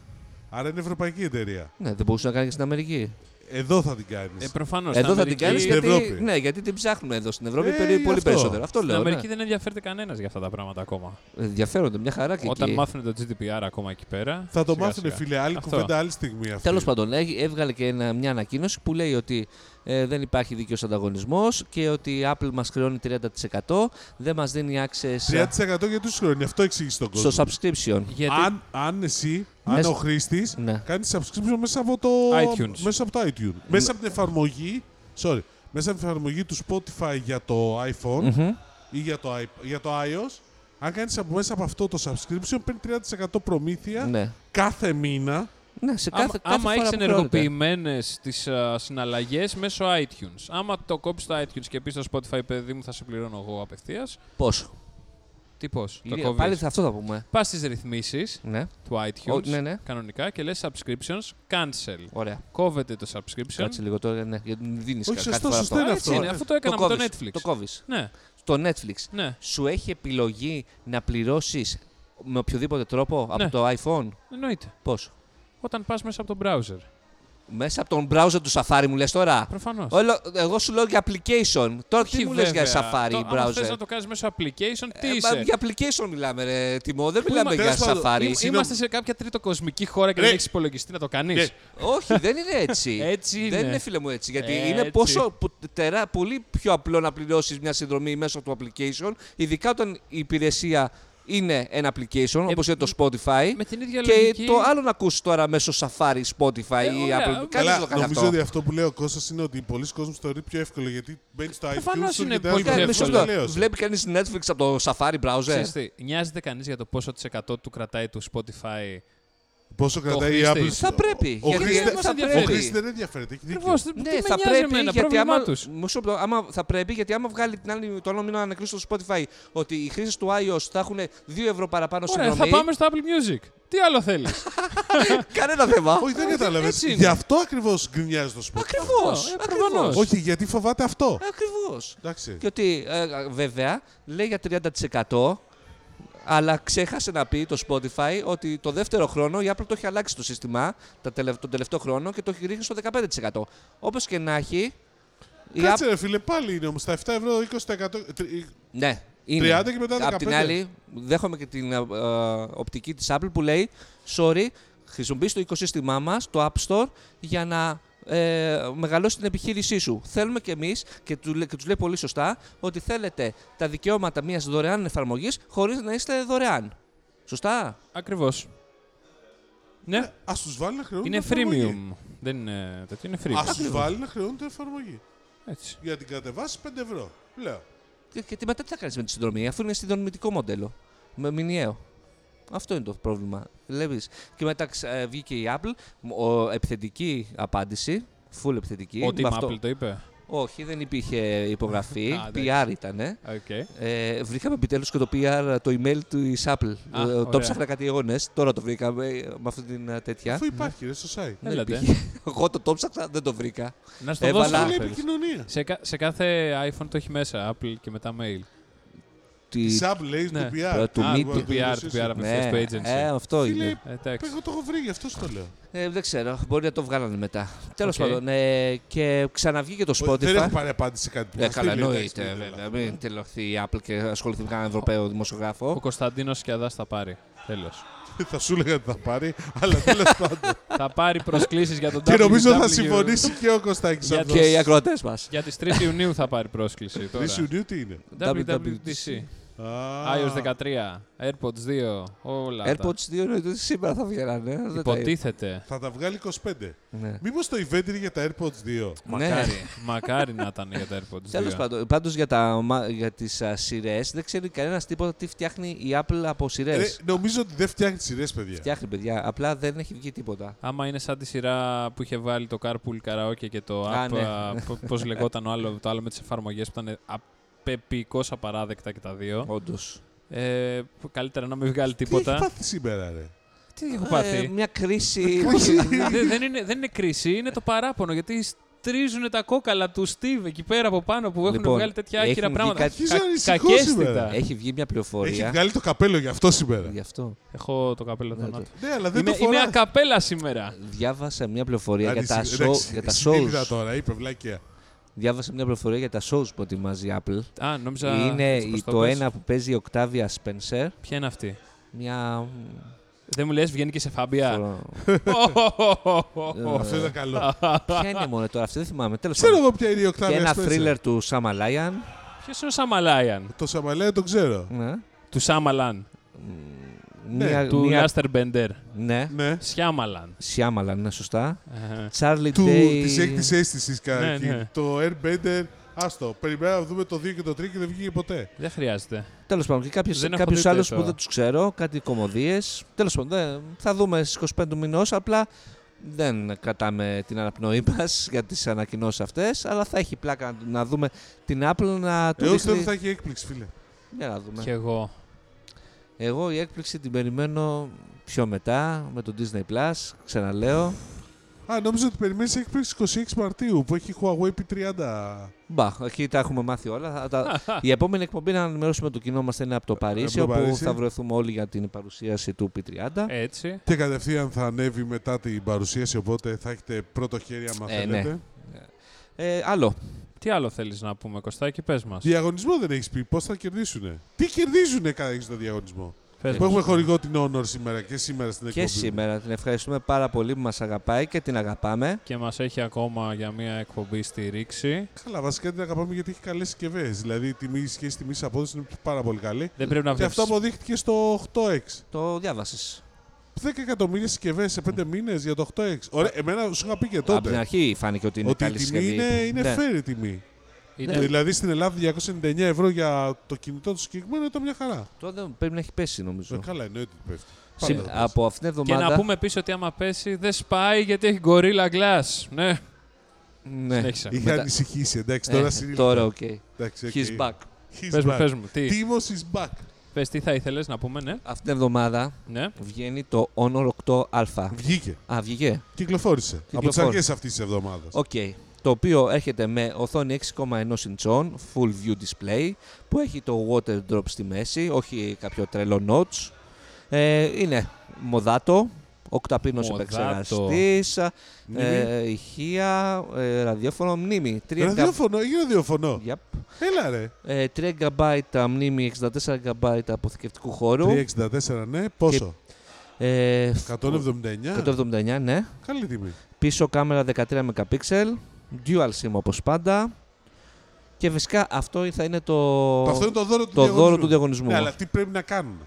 Άρα είναι ευρωπαϊκή εταιρεία.
ναι, δεν μπορούσε να κάνει και στην Αμερική.
Εδώ θα την κάνεις.
Ε, προφανώς.
εδώ θα την κάνεις
στην
γιατί,
Ευρώπη.
ναι, γιατί την ψάχνουμε εδώ στην Ευρώπη
Ε,
περί- πολύ
αυτό.
περισσότερο. Αυτό
Στην
λέω. Ναι. Ε,
Αμερική δεν ενδιαφέρεται κανένας για αυτά τα πράγματα ακόμα.
Ενδιαφέρονται, μια χαρά και
Όταν
εκεί.
μάθουν το GDPR ακόμα εκεί πέρα.
θα το
σιγά
μάθουν,
σιγά.
φίλε. Άλλη
Αυτό.
κουβέντα, άλλη στιγμή. αυτή.
Τέλος πάντων, έγι- έβγαλε και ένα- μια ανακοίνωση που λέει ότι ε, δεν υπάρχει δίκαιος ανταγωνισμός και ότι η Apple μας χρεώνει 30%, δεν μας δίνει access
30% για του χρόνου. Αυτό εξήγησε τον κόσμο.
στο subscription.
Γιατί
Αν, αν εσύ, αν
Μέσα-
ο χρήστης,
Ναι.
κάνει subscription μέσα από το
iTunes. Ναι.
Μέσα από το iTunes. Μέσα από την εφαρμογή. Sorry. Μέσα από την εφαρμογή του Spotify για το iPhone
Μμμ.
ή για το, i- για το iOS. Αν κάνεις από μέσα από αυτό το subscription, παίρνει 30% προμήθεια
Ναι.
κάθε μήνα.
ναι, σε
Άμα,
κάθε, κάθε
άμα
φορά
έχεις
που χρεώνεται.
ενεργοποιημένες τις συναλλαγές μέσω iTunes, άμα το κόψεις στο iTunes και πεις στο Spotify, παιδί μου, θα σε πληρώνω εγώ απευθείας.
Πόσο.
Τι πώς, το
Ε,
κόβεις.
Πάλι θα αυτό θα πούμε.
Πας στις ρυθμίσεις
Ναι.
του iTunes
Ο- ναι, ναι.
κανονικά και λες subscriptions cancel.
Ωραία.
Κόβεται το subscription.
Κάτσε λίγο τώρα. Ναι. Γιατί μην δίνεις
Όχι,
κάτι.
σωστό, σωστό
Α,
είναι
έτσι
αυτό.
είναι.
ε.
Αυτό το έκανα με το
κόβεις,
Netflix.
Το κόβεις.
Ναι,
Το Netflix.
ναι,
Σου έχει επιλογή να πληρώσεις με οποιοδήποτε τρόπο
Ναι.
από το iPhone.
εννοείται.
Πόσο.
Όταν πας μέσα από τον browser.
Μέσα από τον browser του Safari μου λες τώρα.
Προφανώς.
Όλο, εγώ σου λέω για application. Τώρα τι μου λες για Safari
Αν
browser.
θες να το κάνεις μέσω application, τι
Ε, μα
είσαι.
για application μιλάμε, ρε Τιμό. Δεν
Πού
μιλάμε
είμαστε,
για
τέλος
Safari.
πάντων,
Ήμ- Είμαστε σε κάποια τριτοκοσμική χώρα και
Ναι.
Ρε.
δεν έχεις υπολογιστή να το κάνεις.
Ναι.
Όχι, δεν είναι έτσι.
<laughs> Έτσι είναι. Ε,
Δεν είναι, φίλε μου, έτσι. Γιατί
Έτσι.
είναι πόσο, που, τερά, πολύ πιο απλό να πληρώσεις μια συνδρομή μέσω του application, ειδικά όταν η υπηρεσία είναι ένα application, όπως είναι το Spotify.
Ε, Με την ίδια
και
λογική.
το άλλο να ακούσεις τώρα μέσω Safari, Spotify
Ε,
ή
ωραία.
Apple. Κανείς
Καλά,
δεν το κάνει
νομίζω
αυτό.
ότι αυτό που λέει ο Κώστας είναι ότι πολλοί κόσμοι το θεωρεί πιο εύκολο γιατί μπαίνει στο iTunes.
Προφανώς
του
είναι
κοιτάς
πολύ
το
πιο
Κα-
iPhone,
μισό
εύκολο.
τελείωσε.
λεπτό. Βλέπει κανείς Netflix από το Safari browser.
Ξέρεις τι, νοιάζεται κανείς για το πόσο τη 100 του κρατάει του Spotify.
Πόσο κρατάει η
χρήστης.
Apple.
Θα πρέπει.
Ο
γιατί
χρήστη-
θα
μας
Ο
ενδιαφέρει.
χρήστη
πρέπει.
δεν ενδιαφέρεται. έχει δίκιο.
Ακριβώ.
Ναι, θα πρέπει,
εμένα,
γιατί άμα,
πρόβλημά τους.
μισό λεπτό, άμα, θα πρέπει γιατί άμα βγάλει την άλλη, το άλλο μήνα ανακρίσει στο Spotify ότι οι χρήστες του iOS θα έχουν 2 ευρώ παραπάνω
Ωραία,
συνδρομή.
θα πάμε στο Apple Music. Τι άλλο θέλεις. <laughs>
Κανένα θέμα.
Όχι, δεν κατάλαβες.
έτσι είναι.
Γι' αυτό ακριβώς γκρινιάζει το σπορ.
Ακριβώ.
Αυτό, ε, προφανώς.
Όχι, γιατί φοβάται αυτό.
Ακριβώς.
Εντάξει.
Και ότι ε, βέβαια λέει για 30% αλλά ξέχασε να πει το Spotify ότι το δεύτερο χρόνο η Apple το έχει αλλάξει το σύστημα τα τελευ- τον τελευταίο χρόνο και το έχει ρίξει στο 15%. Όπως και να έχει. η
Κάτσε, ρε φίλε, πάλι είναι όμως. Τα 7 ευρώ, 20%. τρι-
Ναι, είναι.
30 και μετά
Απ' την
15.
άλλη, δέχομαι και την ε, ε, οπτική της Apple που λέει «Sorry, χρησιμοποιείς το οικοσύστημά μας, το App Store, για να ε, μεγαλώσει την επιχείρησή σου. Θέλουμε και εμείς, και, του, λέ- και τους λέει πολύ σωστά, ότι θέλετε τα δικαιώματα μιας δωρεάν εφαρμογής χωρίς να είστε δωρεάν. Σωστά.
Ακριβώς. Ναι,
Ας τους βάλει να χρεώνουν.
είναι freemium. Δεν είναι τέτοιο, είναι
Ας
freemium.
τους βάλει να χρεώνουν την εφαρμογή.
Έτσι.
Για την κατεβάσει 5 ευρώ. Λέω.
Και, και τι μετά τι θα κάνεις με τη συνδρομή, αφού είναι συνδρομητικό μοντέλο. Με μηνιαίο. Αυτό είναι το πρόβλημα. Βλέπεις. Και μετά ξα- ε, βγήκε η Apple, μ- ο, επιθετική απάντηση, full επιθετική.
Ότι
με
η
αυτό.
Apple το είπε.
Όχι, δεν υπήρχε υπογραφή.
<laughs> Α, εντάξει.
PR ήταν.
Okay.
Ε, βρήκαμε επιτέλους και το PR, το email του Apple.
Α,
Ε, το
ωραία.
ψάχνα κάτι αιώνε. Τώρα το βρήκαμε ε, με αυτή την ε, τέτοια.
Αφού υπάρχει, ρε, στο site.
Δεν
Έλατε.
υπήρχε. <laughs> Εγώ το το ψάχνα, δεν το βρήκα.
Να στο
Έβαλα-
δώσω.
Αυτό
αν
λέει
θέλεις.
επικοινωνία.
Σε, κα- σε κάθε iPhone το έχει μέσα, Apple και μετά mail.
Τι...
Η Sub λέει του
Ναι.
PR.
Του
Α,
meeting.
του PR, του PR
Ναι,
απευθείας, του agency.
ε, αυτό
Τι
είναι.
λέει,
Ε, Εντάξει.
Εγώ το έχω βρει, γι' αυτό σου το λέω.
Ε, δεν ξέρω, μπορεί να το βγάλανε μετά. Τέλος
Οκ.
πάντων, ε, και ξαναβγήκε το
Ο- Δεν
Spotify.
έχω πάρει απάντηση σε κάτι που
Ε,
μας
καλά,
στείλει,
εννοείται,
εντάξει,
βέβαια. Μην τελειωθεί η Apple και ασχοληθεί με κανέναν Ευρωπαίο δημοσιογράφο.
Ο Κωνσταντίνος Σκιαδά θα πάρει. Τέλος.
Θα σου έλεγα ότι θα πάρει, αλλά τέλος
<laughs>
πάντων.
θα πάρει προσκλήσεις για τον
Και νομίζω θα
WW.
συμφωνήσει και ο Κωστάκης
Για
αυτό.
Και οι ακροατές μας.
Για τις 3 Ιουνίου θα πάρει πρόσκληση. Τώρα.
3 Ιουνίου τι είναι.
WWDC.
Α,
iOS 13. AirPods 2. Όλα. τα-
AirPods 2 εννοείται ότι σήμερα θα βγαίνανε. δεν τα είδα.
Υποτίθεται.
Θα τα βγάλει 25.
Ναι.
Μήπως το event είναι για τα AirPods 2.
Μακάρι. Ναι.
<laughs>
Μακάρι να ήταν για τα AirPods 2.
Τέλος Ναι. πάντων, πάντως για, τα, μα- για τις α, σειρές δεν ξέρει κανένας τίποτα τι φτιάχνει η Apple από σειρές.
Ρε, Ε, νομίζω ότι δεν φτιάχνει σειρές, παιδιά.
Φτιάχνει, παιδιά. Απλά δεν έχει βγει τίποτα.
Άμα είναι σαν τη σειρά που είχε βάλει το Carpool Karaoke και το
Α,
app,
ναι.
α, πο- πώς λεγόταν ο άλλο, το άλλο με τις εφαρμογές που ήταν απεπικώς απαράδεκτα και τα δύο.
Όντως.
Ε, που καλύτερα να μην βγάλει
Τι έχει
τίποτα.
πάθει σήμερα, ρε.
Τι έχω πάθει.
Ε, μια κρίση.
Δε- δεν, είναι, δεν είναι κρίση, είναι το παράπονο. Γιατί στρίζουν τα κόκαλα του Steve εκεί πέρα από πάνω που έχουν
Λοιπόν,
βγάλει τέτοια
έχουν
άκυρα
βγει
πράγματα.
κάτι-
Αρχίζω
Κα-
ανησυχώ
κακέστητα.
σήμερα.
<laughs> έχει βγει μια
Έχει
πληροφορία.
βγάλει το καπέλο γι' αυτό σήμερα.
Γι' αυτό.
Έχω το καπέλο
Ναι,
θανάτου.
Ναι, αλλά δεν
Είμαι,
το
είμαι
φοράς.
ακαπέλα σήμερα.
Διάβασα μια πληροφορία για τα,
Ανησυχ-
show-
εντάξει,
για τα
συνείδητα
shows.
τώρα, είπε βλάκια.
Διάβασα μια πληροφορία για τα shows που ετοιμάζει η Apple.
Α, νόμιζα.
είναι
έτσι
η-
πως
το
πες.
ένα που παίζει η Octavia Spencer.
Ποια είναι αυτή.
Μια.
Δεν μου λες, βγαίνει και σε φάμπια.
φορο- Ναι. ε.
Αυτό ήταν καλό.
Ποια είναι μόνο τώρα αυτή, δεν θυμάμαι. Τέλος
Ξέρω εγώ ποια είναι η
Και
Οκτάβια
ένα
Spencer.
θρίλερ του Σαμαλάιαν.
Ποιος είναι ο Σαμαλάιαν.
Το Σαμαλέα το ξέρω.
Ναι.
Του Σάμαλαν.
Μία,
Του
μία-
Λάστερ Μπεντέρ.
Ναι.
Ναι.
Σιάμαλαν.
Σιάμαλαν, ναι, σωστά.
Ε,
Charlie
Του
Day.
της έκτης αίσθησης
Ναι,
κατά
ναι.
εκεί. Το Airbender, άστο. Περιμέναμε να δούμε το 2 και το 3 και δεν βγήκε ποτέ.
Δεν χρειάζεται.
Τέλος πάντων, και κάποιους
Δεν έχω
κάποιους
δει
άλλους
τέτοιο.
που δεν τους ξέρω, κάτι κομμωδίες. Τέλος πάντων, δεν- θα δούμε στις 25 του μηνός. Απλά δεν κρατάμε την αναπνοή μας <laughs> για τις ανακοινώσεις αυτές. Αλλά θα έχει πλάκα να- να δούμε την Apple να του
Έως
δείχνει.
τότε θα έχει έκπληξη, φίλε.
Για να δούμε.
Κι εγώ.
Εγώ η έκπληξη την περιμένω πιο μετά με το Disney Plus. Ξαναλέω.
Α, νόμιζα ότι περιμένεις έκπληξη 26 Μαρτίου που έχει Huawei P30.
Μπα, εκεί τα έχουμε μάθει όλα. Θα τα-
<laughs>
Η επόμενη εκπομπή να ενημερώσουμε το κοινό μας είναι από το Παρίσι,
το
όπου
Παρίσι. Ε,
θα βρεθούμε όλοι για την παρουσίαση του P30.
Έτσι.
Και κατευθείαν θα ανέβει μετά την παρουσίαση, οπότε θα έχετε πρώτο χέρι άμα
Ε,
θέλετε.
ναι. Ε, άλλο.
Τι άλλο θέλεις να πούμε, Κωστάκη, πες μας.
Διαγωνισμό δεν έχεις πει, πώς θα κερδίσουνε. Τι κερδίζουνε κατά έχεις τον διαγωνισμό.
Πες
Που
μας.
έχουμε χορηγό την Honor σήμερα και σήμερα στην εκπομπή.
Και σήμερα την ευχαριστούμε πάρα πολύ που μας αγαπάει και την αγαπάμε.
Και μας έχει ακόμα για μια εκπομπή στη ρήξη.
Καλά, βασικά την αγαπάμε γιατί έχει καλές συσκευές. Δηλαδή η τιμή η σχέση τιμής απόδοση είναι πάρα πολύ καλή.
Δεν πρέπει να
Και αυτό
βλέπει.
αποδείχτηκε στο 8X.
Το διάβασες.
10 εκατομμύρια συσκευές σε 5 μήνες για το 8X. Ωραία, εμένα σου είχα πει και
Από την
τότε.
αρχή φάνηκε ότι είναι
Ότι η
καλή
τιμή
συσκευή.
είναι, είναι
Ναι.
fair η τιμή.
Είναι...
Δηλαδή στην Ελλάδα 299 ευρώ για το κινητό του συγκεκριμένο ήταν μια χαρά.
Τότε πρέπει να έχει πέσει νομίζω.
Ε, καλά, εννοείται ότι πέφτει.
Συμ-
Πάντα θα πέσει.
από αυτήν την
Και
εβδομάδα.
να πούμε επίσης ότι άμα πέσει δεν σπάει γιατί έχει Gorilla Glass. Ναι,
Ναι.
συνέχισα.
Είχα
μετά-
ανησυχήσει, εντάξει,
Ε,
τώρα συνήλθε.
τώρα, οκ.
Εντάξει, οκ.
He's back.
He's
Πες μου,
back.
πες μου, τι.
Τίμος is back.
Πες τι θα ήθελες να πούμε, ναι.
Αυτήν την εβδομάδα
ναι.
βγαίνει το Honor 8α.
Βγήκε.
Α, βγήκε.
Κυκλοφόρησε. Από τις
Κυκλοφόρησε.
αρχές αυτής της εβδομάδας.
Οκ. Το οποίο έρχεται με οθόνη 6,1 inch full view display, που έχει το water drop στη μέση, όχι κάποιο τρελό notch. Ε, είναι μοδάτο, οκταπίνος
Μοδάτο.
επεξεργαστής, α,
Μνήμη.
ε, ηχεία, ε, ραδιόφωνο, μνήμη. 3
Ραδιόφωνο, έγινε ραδιόφωνο.
Yep.
Έλα ρε.
Ε, 3 GB μνήμη, 64 GB αποθηκευτικού χώρου.
364, ναι. Πόσο.
Ε,
179.
179, ναι.
Καλή τιμή.
Πίσω κάμερα 13 MP, dual SIM όπως πάντα. Και φυσικά αυτό θα είναι το,
Αυτό είναι το δώρο του
το
διαγωνισμού.
δώρο του διαγωνισμού.
Ναι, αλλά τι πρέπει να κάνουμε.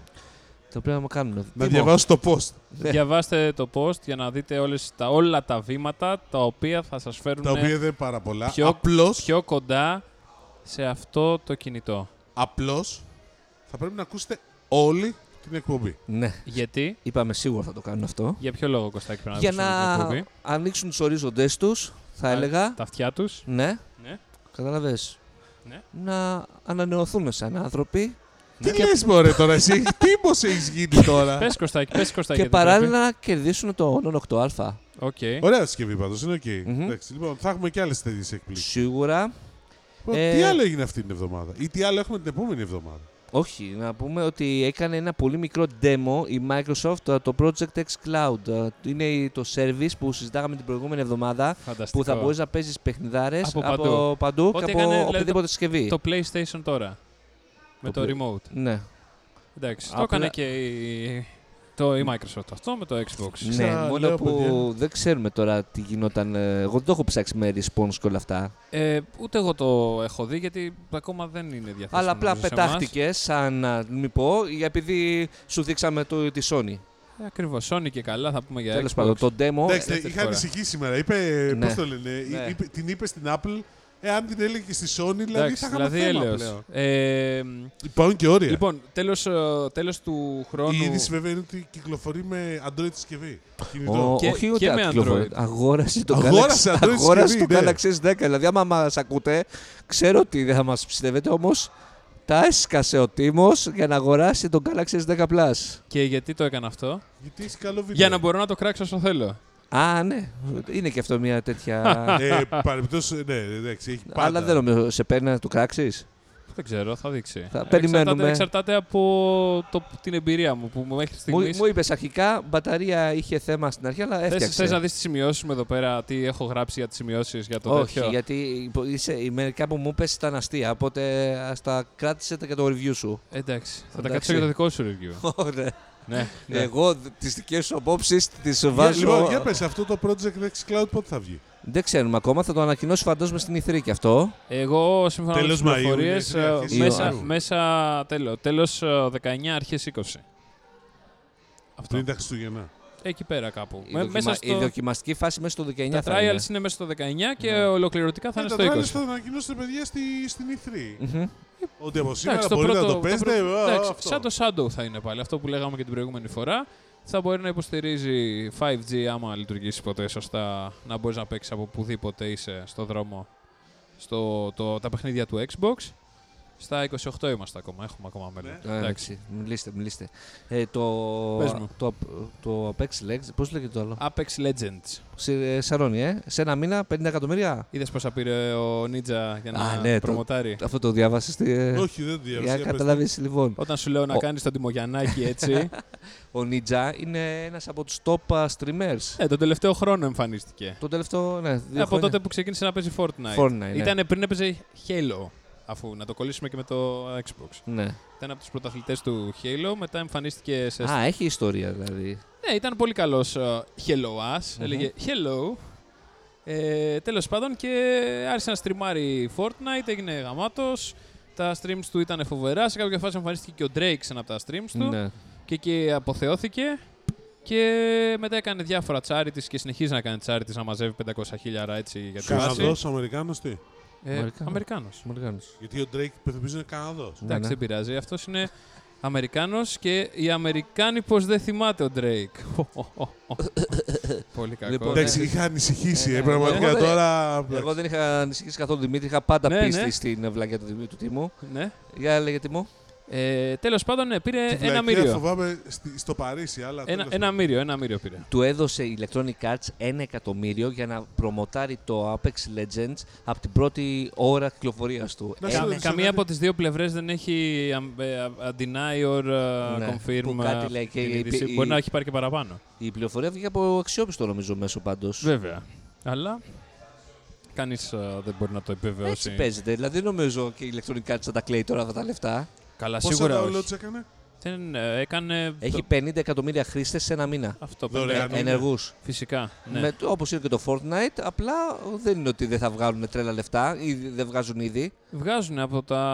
Το πρέπει να κάνουμε.
Να διαβάσω το post.
Διαβάστε το post για να δείτε όλες τα, όλα τα βήματα τα οποία θα σας φέρουν
Ναι.
Τα οποία δεν είναι πάρα πολλά.
Πιο-
Απλώς,
πιο κοντά σε αυτό το κινητό.
απλώς θα πρέπει να ακούσετε όλη την εκπομπή.
Ναι,
Γιατί,
είπαμε σίγουρα θα το κάνουν αυτό.
για ποιο λόγο Κωστάκη πρέπει να
Για
δώσουμε
να
την εκπομπή?
ανοίξουν τους οριζοντές τους, θα
Τα-
έλεγα.
Τα αυτιά τους.
Ναι,
Ναι.
καταλαβες.
Ναι.
Να ανανεωθούμε σαν άνθρωποι Ναι,
Τι λες μωρέ τώρα
<laughs>
εσύ, τι πως έχεις γίνει τώρα.
Πες Κωστάκη, πες Κωστάκη.
και
γιατί
παράλληλα να κερδίσουν το Honor 8α.
πρέπει. Οκ.
Ωραία συσκευή πάντως, είναι οκ.
ε. Μμμ.
Εντάξει, λοιπόν, θα έχουμε και άλλες τέτοιες εκπλήξεις.
Σίγουρα. Ε,
Τι άλλο έγινε αυτή την εβδομάδα ή τι άλλο έχουμε την επόμενη εβδομάδα.
Όχι, να πούμε ότι έκανε ένα πολύ μικρό demo η Microsoft, το- το Project X Cloud. Ε, Είναι η- το service που συζητάγαμε την προηγούμενη εβδομάδα
Φανταστικό.
που θα μπορείς να παίζεις παιχνιδάρες
Από
από,
παντού.
παντού
Ό,τι
και από
έκανε, δηλαδή,
οποιαδήποτε συσκευή.
Το PlayStation τώρα. Με το,
Το
remote.
Ναι.
Εντάξει, το
Απλά-
έκανε και η... Το, η Microsoft αυτό με το Xbox.
Ξα-
ναι, μόνο
λέω,
που
παιδιά.
δεν ξέρουμε τώρα τι γινόταν. ε, Εγώ δεν το έχω ψάξει με response και όλα αυτά.
Ε, ούτε εγώ το έχω δει γιατί ακόμα δεν είναι διαθέσιμο.
Αλλά απλά
νομίζω σε εμάς.
πετάχτηκε, σαν να μην πω, για- επειδή σου δείξαμε το, τη Sony.
Ε, Ακριβώς. Sony και καλά θα πούμε για
Τέλος
Xbox.
πάντων, το demo.
Εντάξει,
δεύτερη
είχα
φορά.
ανησυχεί σήμερα. Είπε,
Ναι.
πώς το λένε,
Ναι.
είπε- την είπε στην Apple, εάν την έλεγε και στη Sony, δηλαδή
Εντάξει,
θα είχαμε
δηλαδή
θέμα
έλεος.
πλέον.
Ε, μ,
Υπάρχουν και όρια.
Λοιπόν, τέλος, ε, τέλος του χρόνου...
Η είδηση βέβαια είναι ότι κυκλοφορεί με Android συσκευή.
Ο,
Κινητό.
Και-
όχι
και
ούτε
με
αντικυκλοφορεί.
Android.
Αγόρασε το
Αγόρασε
Galaxy,
Android
αγόρασε το
συσκευή, ναι.
Galaxy S10. Δηλαδή, άμα μας ακούτε, ξέρω ότι δεν θα μας πιστεύετε, όμως τα έσκασε ο Τίμος για να αγοράσει το Galaxy S10 Plus.
Και γιατί το έκανα αυτό.
Γιατί έχει καλό βίντεο.
Για να μπορώ να το κράξω όσο θέλω.
Α, ναι. Είναι και αυτό μια
<laughs>
τέτοια.
Ε, παρεμπιπτόντως, ναι, εντάξει, έχει πάντα.
Αλλά δεν νομίζω σε παίρνει να του κράξεις.
Δεν ξέρω, θα δείξει.
Θα
Εξαρτάται-
περιμένουμε.
Εξαρτάται από το, την εμπειρία μου που μέχρι
Μου,
στιγμής.
μου είπες αρχικά μπαταρία είχε θέμα στην αρχή, αλλά
Θες,
έφτιαξε.
θες να δεις τις σημειώσεις μου εδώ πέρα, τι έχω γράψει για τις σημειώσεις για το
Όχι,
τέτοιο.
γιατί υπο- είσαι, η μερικά που μου είπες ήταν αστεία. Οπότε ας τα κράτησε τα και το review σου.
Εντάξει, θα τα
Εντάξει.
κάτσω για το δικό σου review.
Ωραία.
ναι, <laughs> ναι.
Εγώ τις δικές σου απόψεις τις
Για-
βάζω.
Λοιπόν, για πες, αυτό το project Xcloud πότε θα βγει.
Δεν ξέρουμε ακόμα, θα το ανακοινώσει φαντάζομαι στην ηθρή και αυτό.
Εγώ σύμφωνα με
Τέλος
τις
Μαΐου,
πληροφορίες,
είναι,
ε,
αρχές
μέσα,
Ιουνίου.
μέσα τέλος, τέλος ε, 19, αρχές 20. Αυτό.
Πριν τα Χριστούγεννα.
Εκεί πέρα κάπου.
Η,
Με-
δοκιμα-
μέσα
η
στο...
δοκιμαστική φάση μέσα στο 19
Τα
θα είναι.
trials είναι μέσα στο 19 και ολοκληρωτικά θα
Ε,
είναι
τα
στο 20.
trials θα ανακοινώσετε παιδιά στη, στην E3.
Μμμ.
Ότι από σήμερα
Εντάξει, το
μπορείτε να
πρώτο-
το
το
παίζετε.
πρώτο-
α,
εντάξει,
αυτό.
Σαν το Shadow θα είναι πάλι, αυτό που λέγαμε και την προηγούμενη φορά. Θα μπορεί να υποστηρίζει 5G άμα λειτουργήσει ποτέ σωστά, να μπορείς να παίξεις από οπουδήποτε είσαι στο δρόμο στο, το, τα παιχνίδια του Xbox. Στα 28 είμαστε ακόμα, έχουμε ακόμα μέλλον.
Ε,
Εντάξει.
εντάξει, μιλήστε, μιλήστε. Ε, το,
Πες μου.
το, το Apex Legends, πώς λέγεται το άλλο.
Apex Legends.
Σε, ε, σαρώνει, ε. Σε ένα μήνα 50 εκατομμύρια.
Είδες πόσα πήρε ο Νίτζα για να
Α, ναι, το-
προμοτάρει.
Αυτό το διάβασες. τι, ε,
Όχι, δεν
Για να
διαβάζω.
καταλάβεις λοιπόν.
Όταν σου λέω να
Ο-
κάνεις τον Τιμογιαννάκη έτσι.
<laughs> Ο Ninja είναι ένας από τους top α, streamers.
ε, τον τελευταίο χρόνο εμφανίστηκε.
Το τελευταίο, ναι, δύο
από
χρόνια.
τότε που ξεκίνησε να παίζει Fortnite.
Fortnite, ναι.
Ήτανε πριν έπαιζε Halo, αφού να το κολλήσουμε και με το Xbox.
Ναι.
Ήταν από τους πρωταθλητές του Halo, μετά εμφανίστηκε σε...
Α, έχει ιστορία δηλαδή.
Ναι, ήταν πολύ καλός ε, Helloas,
Μμμ.
έλεγε Hello. Ε, τέλος πάντων και άρχισε να στριμάρει Fortnite, έγινε γαμάτος. Τα streams του ήταν φοβερά. Σε κάποια φάση εμφανίστηκε και ο Drake σε ένα από τα streams του
Ναι.
και εκεί αποθεώθηκε. Και μετά έκανε διάφορα charities και συνεχίζει να κάνει charities να μαζεύει 500 χιλιάρα έτσι για τη βάση.
Καναδός, Αμερικάνος, τι.
Ε,
Αμερικάνος.
Αμερικάνος.
Μοργάνος. Ναι,
Γιατί ο Drake υπενθυμίζει είναι Καναδός.
Εντάξει, δεν πειράζει. Αυτός είναι Αμερικάνος και η Αμερικάνοι πως δεν θυμάται ο Drake. Πολύ κακό.
Λοιπόν,
ναι.
Εντάξει, είχα ανησυχήσει.
Ε,
ε,
ναι,
Πραγματικά
εγώ δεν-
τώρα.
Εγώ δεν είχα ανησυχήσει καθόλου Δημήτρη, είχα πάντα
Ναι,
πίστη
ναι.
στην βλακιά του Δημήτρη του Τίμου.
Ναι.
Για λέγε Τίμου.
Ε, Τέλος πάντων, ναι, πήρε
Τη
ένα
βλακεία
μύριο.
φοβάμαι στη- στο Παρίσι, αλλά.
Ένα,
τέλος
ένα
πάντων.
μύριο, ένα μύριο πήρε.
Του έδωσε η Electronic Arts ένα εκατομμύριο για να προμοτάρει το Apex Legends από την πρώτη ώρα κυκλοφορίας του.
Να
Ένα-
σου
Κα-
λέω-
καμία από τις δύο πλευρές δεν έχει αμ- ε, α- deny or uh,
Ναι,
confirm.
που κάτι
uh,
λέει και
την
η-
είδηση.
η-
Μπορεί να έχει πάρει και παραπάνω.
Η πληροφορία βγήκε από αξιόπιστο νομίζω μέσο πάντως.
Βέβαια. Αλλά κανείς δεν μπορεί να το επιβεβαιώσει.
Έτσι παίζεται. Δηλαδή δεν νομίζω και η Electronic Arts θα τα κλαίει τώρα αυτά τα λεφτά.
Καλά,
Πόσα
σίγουρα. όχι.
downloads έκανε.
Δεν ε, έκανε.
Έχει
το-
50 εκατομμύρια χρήστες σε ένα μήνα.
Αυτό
Δωρεάν.
πέντε-
Ενεργούς.
Φυσικά. Ναι.
Με, όπως είναι και το Fortnite, απλά δεν είναι ότι δεν θα βγάλουν τρέλα λεφτά ή δεν βγάζουν ήδη.
Βγάζουν από τα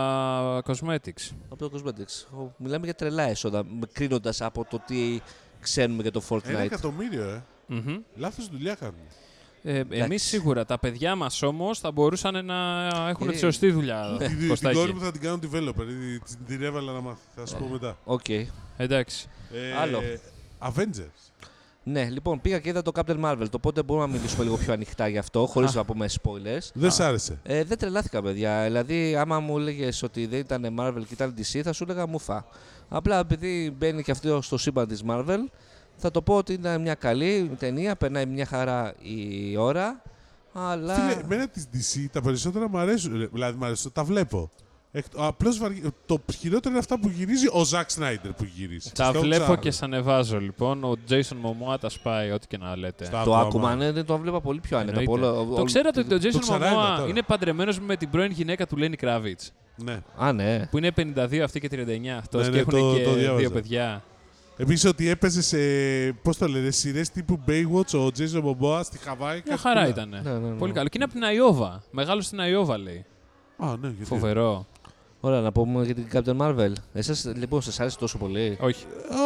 cosmetics.
Από το Cosmetics. Ο- Μιλάμε για τρελά έσοδα, κρίνοντας από το τι ξέρουμε για το
Ένα
Fortnite.
εκατομμύριο, ε.
Μμμ.
Λάθος δουλειά κάνουν.
Ε, Εμείς σίγουρα. Τα παιδιά μας όμως θα μπορούσαν να έχουν
Είναι-
τη σωστή δουλειά.
Τη- τη- Ε, ναι. Την
Ε, Κωστάκη. Ναι.
κόρη μου θα την κάνω developer. ήδη Την την έβαλα να μάθει. Θα σου πω μετά.
Οκ.
Εντάξει.
Ε,
Άλλο.
Avengers.
Ναι, λοιπόν, πήγα και είδα το Captain Marvel. Το πότε μπορούμε να μιλήσουμε λίγο πιο ανοιχτά γι' αυτό, χωρίς να πούμε spoilers.
Δεν σ' άρεσε.
Ε, δεν τρελάθηκα, παιδιά. Δηλαδή, άμα μου έλεγες ότι δεν ήταν Marvel και ήταν DC, θα σου έλεγα μουφα. Απλά επειδή μπαίνει και αυτό στο σύμπαν της Marvel, θα το πω ότι ήταν μια καλή ταινία. Περνάει μια χαρά η ώρα. Αλλά.
Φίλε, εμένα της DC τα περισσότερα μου αρέσουν. ρε. Δηλαδή, μου αρέσουν, τα βλέπω. Εκ- απλώς βαρι- Το χειρότερο είναι αυτά που γυρίζει ο Ζακ Σνάιντερ που γυρίζει.
Τα
Στο
βλέπω
ξα-
και σ' ανεβάζω λοιπόν. Ο Jason Momoa τα σπάει, ό,τι και να λέτε.
στα
Το
άκουμα.
άκουμα, ναι, δεν το βλέπα πολύ πιο άνετα. από
Εννοείται.
όλο-
Το
όλο-
ξέρατε ότι ο Jason
ξανά είδα
Momoa
τώρα.
είναι παντρεμένος με την πρώην γυναίκα του Lenny Kravitz.
Ναι.
Α, ναι.
Που είναι 52 αυτή και 39 αυτό.
Ναι,
και
ναι,
έχουν
το-
και
το διάβαζα.
δύο παιδιά.
Επίση ότι έπαιζε σε. Πώς το λένε, σειρές τύπου Baywatch ο Jason Momoa στη Χαβάη.
Μια
κάτι
χαρά
τέτοια.
ήταν.
Ναι, ναι, ναι.
Πολύ καλό. Και είναι από την Αϊόβα. Μεγάλο στην Αϊόβα λέει.
Α, ναι, γιατί.
Φοβερό.
Ωραία, να πούμε για την Captain Marvel. Εσάς, λοιπόν, σας άρεσε τόσο πολύ.
Όχι.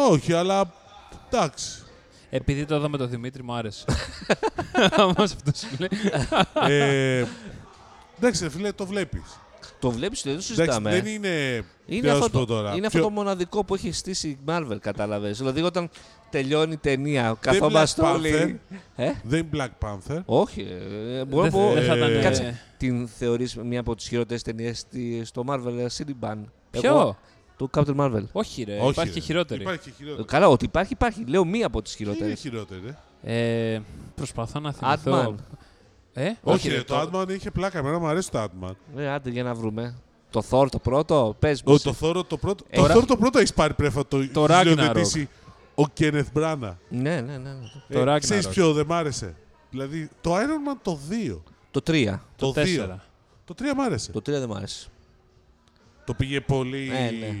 Όχι, αλλά. Εντάξει.
Επειδή το είδα με τον Δημήτρη, μου άρεσε. Όμως αυτός σου λέει.
ε, εντάξει, ρε φίλε, το βλέπεις.
Το βλέπεις, δεν το συζητάμε.
Δεν είναι. τι
Είναι
να
αυτό,
σου πω
το,
τώρα.
είναι αυτό
Ποιο-
το μοναδικό που έχει στήσει η Marvel, κατάλαβες. Δηλαδή όταν τελειώνει η ταινία,
Black
καθόμαστε
Panther.
όλοι... Ε?
Δεν είναι Black Panther.
Όχι, ε, μπορώ να
Δεν
πω...
θα- δεν θα
Ε,
ήταν.
κάτσε. Την θεωρείς μια από τις χειρότερες ταινίες στη- στο Marvel ε, Cineban.
Ποιο?
Το Captain Marvel. Ε,
Όχι, ρε.
Όχι,
Ε, Υπάρχει και
ρε.
χειρότερη.
Υπάρχει και χειρότερη.
Καλά, ότι υπάρχει, υπάρχει. Λέω μία από τις
Ποια είναι η
χειρότερες.
χειρότερη. ε?
Ε, προσπαθώ να
Ant-Man.
θυμηθώ. Ε,
Όχι, ρε,
το-
το Ant-Man είχε πλάκα. Εμένα μου αρέσει το Ant-Man.
Ε, άντε για να βρούμε. Το Thor το πρώτο, πες
Ο,
μας.
το Θόρο το πρώτο.
Ε,
το
τώρα-
Θόρο το πρώτο έχεις πάρει πρέφα. Το,
Το
έχει
Ragnarok.
σκηνοθετήσει Ο Κένεθ Μπράνα.
Ναι, ναι, ναι. ναι.
Το Ragnarok.
Ξέρεις Ε, ποιο δεν μ' άρεσε. Δηλαδή το Iron Man το 2.
Το 3.
Το
Το 2.
4.
Το 3 μ' άρεσε.
Το 3 δεν μου άρεσε.
Το πήγε πολύ.
Ε, ναι.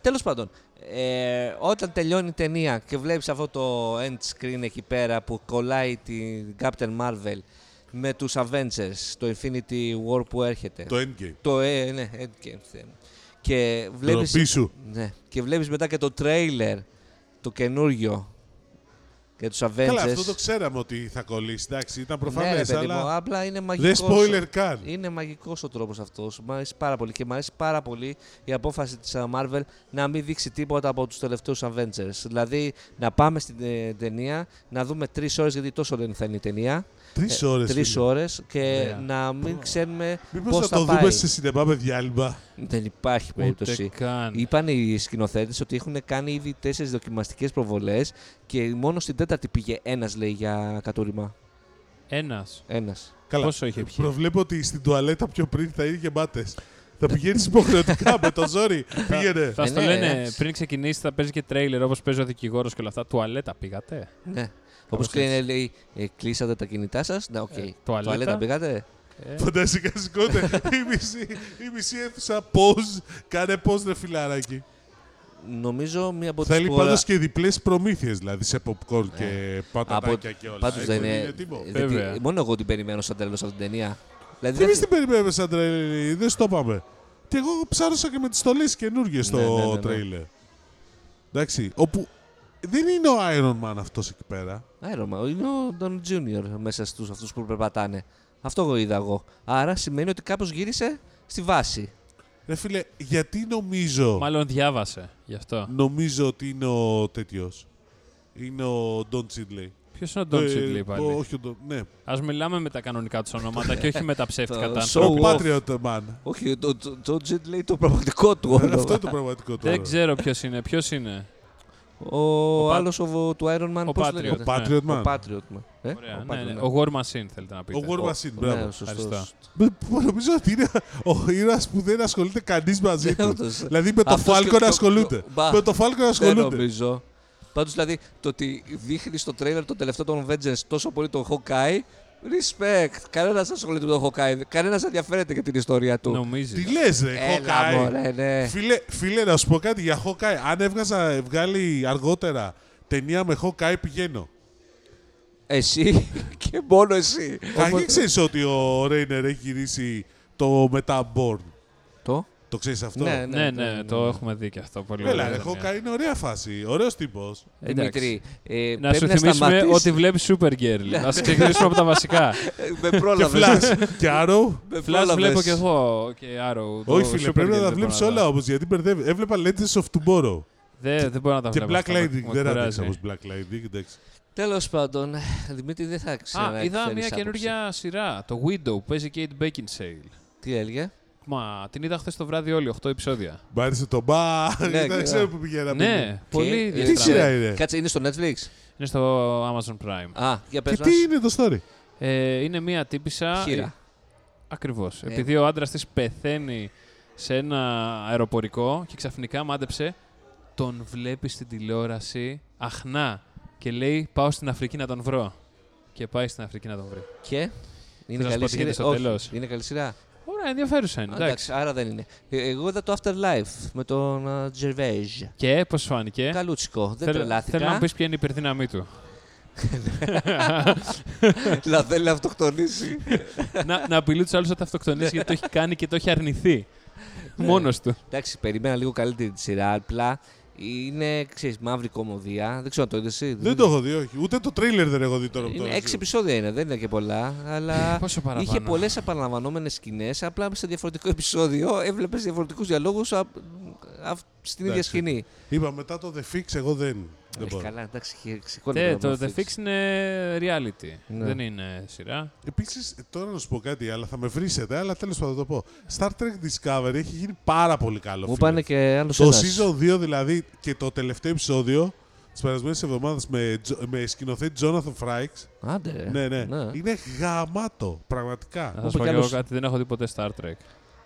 Τέλος πάντων, ε, όταν τελειώνει η ταινία και βλέπεις αυτό το end screen εκεί πέρα που κολλάει την Captain Marvel με τους Avengers, το Infinity War που έρχεται.
Το Endgame.
Το, ε, ναι, Endgame. Θεέ μου. Και
Βλέπεις...
βλέπεις,
Τροπή σου.
ναι, και βλέπεις μετά και το trailer, το καινούριο για τους Avengers.
Καλά, αυτό το ξέραμε ότι θα κολλήσει. Εντάξει, ήταν
ναι, ρε,
προφανές.
παιδί μου,
αλλά
απλά είναι
δεν
μαγικός.
spoiler καν.
Είναι μαγικός ο τρόπος αυτός. Μ' αρέσει πάρα πολύ και μ' αρέσει πάρα πολύ η απόφαση της Marvel να μην δείξει τίποτα από τους τελευταίους Avengers. Δηλαδή να πάμε στην ε, ταινία, να δούμε τρεις ώρες, γιατί τόσο δεν θα είναι η ταινία. ε,
Τρει ώρες.
Τρεις ώρες και
Ωραία.
να μην ξέρουμε
Μήπως
πώς
θα
θα,
το
πάει.
δούμε σε σινεμά με διάλειμμα.
Δεν υπάρχει
Ούτε
περίπτωση.
καν.
Είπαν οι σκηνοθέτες ότι έχουν κάνει ήδη τέσσερις δοκιμαστικές προβολές και μόνο στην τέταρτη πήγε ένας, λέει, για κατούριμα.
Ένας.
Ένας.
Καλά.
Πόσο είχε πιει?
Προβλέπω ότι στην τουαλέτα πιο πριν θα είναι γεμάτε. θα πηγαίνεις υποχρεωτικά με το
<laughs>
ζόρι. Πήγαινε.
Θα
Ε,
στο
ναι,
λένε
εντάξει.
πριν ξεκινήσει, θα παίζει και τρέιλερ όπως παίζει ο δικηγόρος και όλα αυτά. Τουαλέτα πήγατε.
Ναι. Όπως
έτσι.
λέει, ε, κλείσατε τα κινητά σας. Ναι, οκ.
Ε, τουαλέτα.
τουαλέτα. πήγατε.
Ε,
Φανταστικά σηκώνεται. η, μισή, η μισή αίθουσα πώς, Κάνε πώς ρε φιλαράκι.
Νομίζω μία από τις
Θέλει πάντως και διπλές προμήθειες δηλαδή σε popcorn και πατατάκια και όλα.
Πάντως
Έτσι,
δεν
είναι.
Ναι. είναι. ε,
τύπο.
γιατί
Βέβαια.
μόνο εγώ την περιμένω σαν τέλο αυτήν την ταινία. Δηλαδή,
Και εμείς
δεν-
την περιμένουμε σαν τρέλι, ε, δεν στο πάμε. Και εγώ ψάρωσα και με τις στολές καινούργιες
Ναι, ναι, ναι,
στο
ναι.
τρέιλερ. Εντάξει, όπου δεν είναι ο Iron Man αυτός εκεί πέρα.
Iron Man, είναι ο Don Junior μέσα στους αυτούς που περπατάνε. Αυτό εγώ είδα εγώ. Άρα σημαίνει ότι κάπως γύρισε στη βάση.
Ρε φίλε, γιατί νομίζω...
Μάλλον διάβασε γι' αυτό.
Νομίζω ότι είναι ο τέτοιος. Είναι ο Don Chidley.
Ποιος είναι ο Ντόντσιτ,
Ε,
λέει
το-
πάλι.
όχι, το, ναι.
Ας μιλάμε με τα κανονικά τους ονόματα και όχι με τα ψεύτικα
Το
τα
show
Ο
ανθρώπινα.
off.
Patriot Man.
Όχι, το- το Τζότζιτ λέει το πραγματικό του
Ε,
όνομα.
Αυτό είναι το πραγματικό τώρα.
Δεν ξέρω ποιος είναι. Ποιος είναι.
Ο
Πα-
άλλος του Iron Man.
Ο
πώς
Patriot.
λέγεται?
Ο Patriot
Ναι. Ο
Man.
Patriot Man. Ε,
Ωραία,
ο
ναι, ναι.
Patriot Man.
Ο War Machine θέλετε να
Ο
πείτε.
War Machine, μπράβο.
Ναι, σωστός.
Ευχαριστώ.
Μ- μ- Νομίζω ότι είναι ο ήρωας που δεν ασχολείται κανείς μαζί του.
Όντως.
δηλαδή με το
Αυτός και-
Falcon
και-
ασχολούνται.
Μπα.
Με το Falcon
Δεν
ασχολούνται.
νομίζω. Πάντως δηλαδή το ότι δείχνει στο τρέιλερ το τελευταίο των Avengers τόσο πολύ τον Hawkeye. Respect. Κανένας δεν ασχολείται με τον Hawkeye. Κανένας δεν ενδιαφέρεται για την ιστορία του.
Νομίζεις.
Τι λες, ρε,
Έλα,
Hawkeye.
μωρέ, ναι.
Φίλε, φίλε, να σου πω κάτι για Hawkeye. Αν έβγαζα, βγάλει αργότερα ταινία με Hawkeye, πηγαίνω.
Εσύ <laughs> και μόνο εσύ.
Καγί ξέρεις ότι ο Ρέινερ έχει γυρίσει το μετά Born.
Το.
Το ξέρεις αυτό.
Ναι, ναι, το έχουμε δει και αυτό. Πολύ
Έλα,
ωραία. Ναι.
ρε,
ταινία.
Hawkeye είναι ωραία φάση. Ωραίος τύπος.
Δημήτρη, ε,
Να σου
πρέπει
θυμίσουμε
σταματήσεις-
ότι βλέπεις
Ναι.
Supergirl. Να σε ξεκινήσουμε από τα
<laughs>
βασικά.
με
Και
πρόλαβες.
<laughs> Flash. και Arrow.
Με
Flash
πρόλαβες.
βλέπω και εγώ και Arrow. το
Όχι, φίλε, πρέπει να
Supergirl
τα
δεν
βλέπει
μπορώ να
όλα όμως γιατί μπερδεύει. Έβλεπα Legends of Tomorrow.
Δεν, δεν μπορώ να τα
Και
βλέπω.
Black
αυτά, με-
Lightning.
με
Δεν
κουράζει.
ράντεξα όμω Black Lightning. εντάξει.
Τέλος πάντων, Δημήτρη δεν θα ξέρω.
Α, είδα μια καινούργια σειρά. Το Widow που παίζει Kate Beckinsale.
Τι έλεγε.
Μα την είδα χθες το βράδυ όλοι, 8 επεισόδια.
Μ' άρεσε το μπα.
Ναι,
Δεν
και-
ξέρω που πηγαίναμε.
Ναι, πολύ
Τι-
Τι σειρά
ενδιαφέρον.
είναι.
Κάτσε, είναι στο Netflix.
Είναι στο Amazon Prime.
Α, για πες
Και τι
μας.
είναι το story.
Ε, είναι μία τύπησα.
Χείρα.
Ακριβώς.
Ναι.
Επειδή ο άντρας της πεθαίνει σε ένα αεροπορικό και ξαφνικά μάντεψε, τον βλέπεις στην τηλεόραση αχνά και λέει: Πάω στην Αφρική να τον βρω. Και πάει στην Αφρική να τον βρει.
Και. Είναι
να σου πω
καλή
τι γίνεται
σειρά.
στο τέλος.
Όχι, είναι καλή σειρά.
Ωραία, ενδιαφέρουσα είναι.
Α,
Εντάξει.
Εντάξει, άρα δεν είναι. Ε, Εγώ είδα το Afterlife με τον α, Gervais.
Και πώς φάνηκε.
Καλούτσικο. Δεν
Θέλω, θέλω Ε, να
τρελάθηκα.
μου
<laughs>
πεις ποια είναι η υπερδύναμή του.
Να θέλει να αυτοκτονήσει.
να, να απειλεί τους άλλους να τα αυτοκτονήσει γιατί το έχει κάνει και το έχει αρνηθεί.
Ναι.
Μόνος του.
Εντάξει, περίμενα λίγο καλύτερη τη σειρά. Απλά είναι, ξέρεις, μαύρη κομμωδία. Δεν ξέρω αν το είδες εσύ.
Δεν το έχω δει, όχι. Ούτε το τρέιλερ δεν έχω δει τώρα.
Είναι έξι επεισόδια είναι, δεν είναι και πολλά. Αλλά
Πόσο Ε, παραπάνω.
είχε πολλές επαναλαμβανόμενε σκηνές. Απλά σε διαφορετικό επεισόδιο έβλεπες διαφορετικούς διαλόγους στην ίδια
Εντάξει.
σκηνή.
Είπα μετά το The Fix, εγώ δεν. Δεν
Ε,
μπορώ.
καλά, εντάξει, είχε- σηκώνει
Τε,
πράγμα
το The Fix είναι reality.
Ναι.
Δεν είναι σειρά.
Επίσης, τώρα να σου πω κάτι, αλλά θα με βρίσετε, αλλά τέλος πάντων θα το πω. Star Trek Discovery έχει γίνει πάρα πολύ καλό.
Μου
φίλε.
πάνε και άλλος
Το season 2 δηλαδή και το τελευταίο επεισόδιο της περασμένης εβδομάδας με, Τζο- με σκηνοθέτη Jonathan Frakes.
Άντε. ρε.
Ναι, ναι.
Ναι.
Είναι γαμάτο, πραγματικά.
Να σα
Όπου
πω
κι
και εγώ
άλλως-
κάτι, δεν έχω δει ποτέ Star Trek.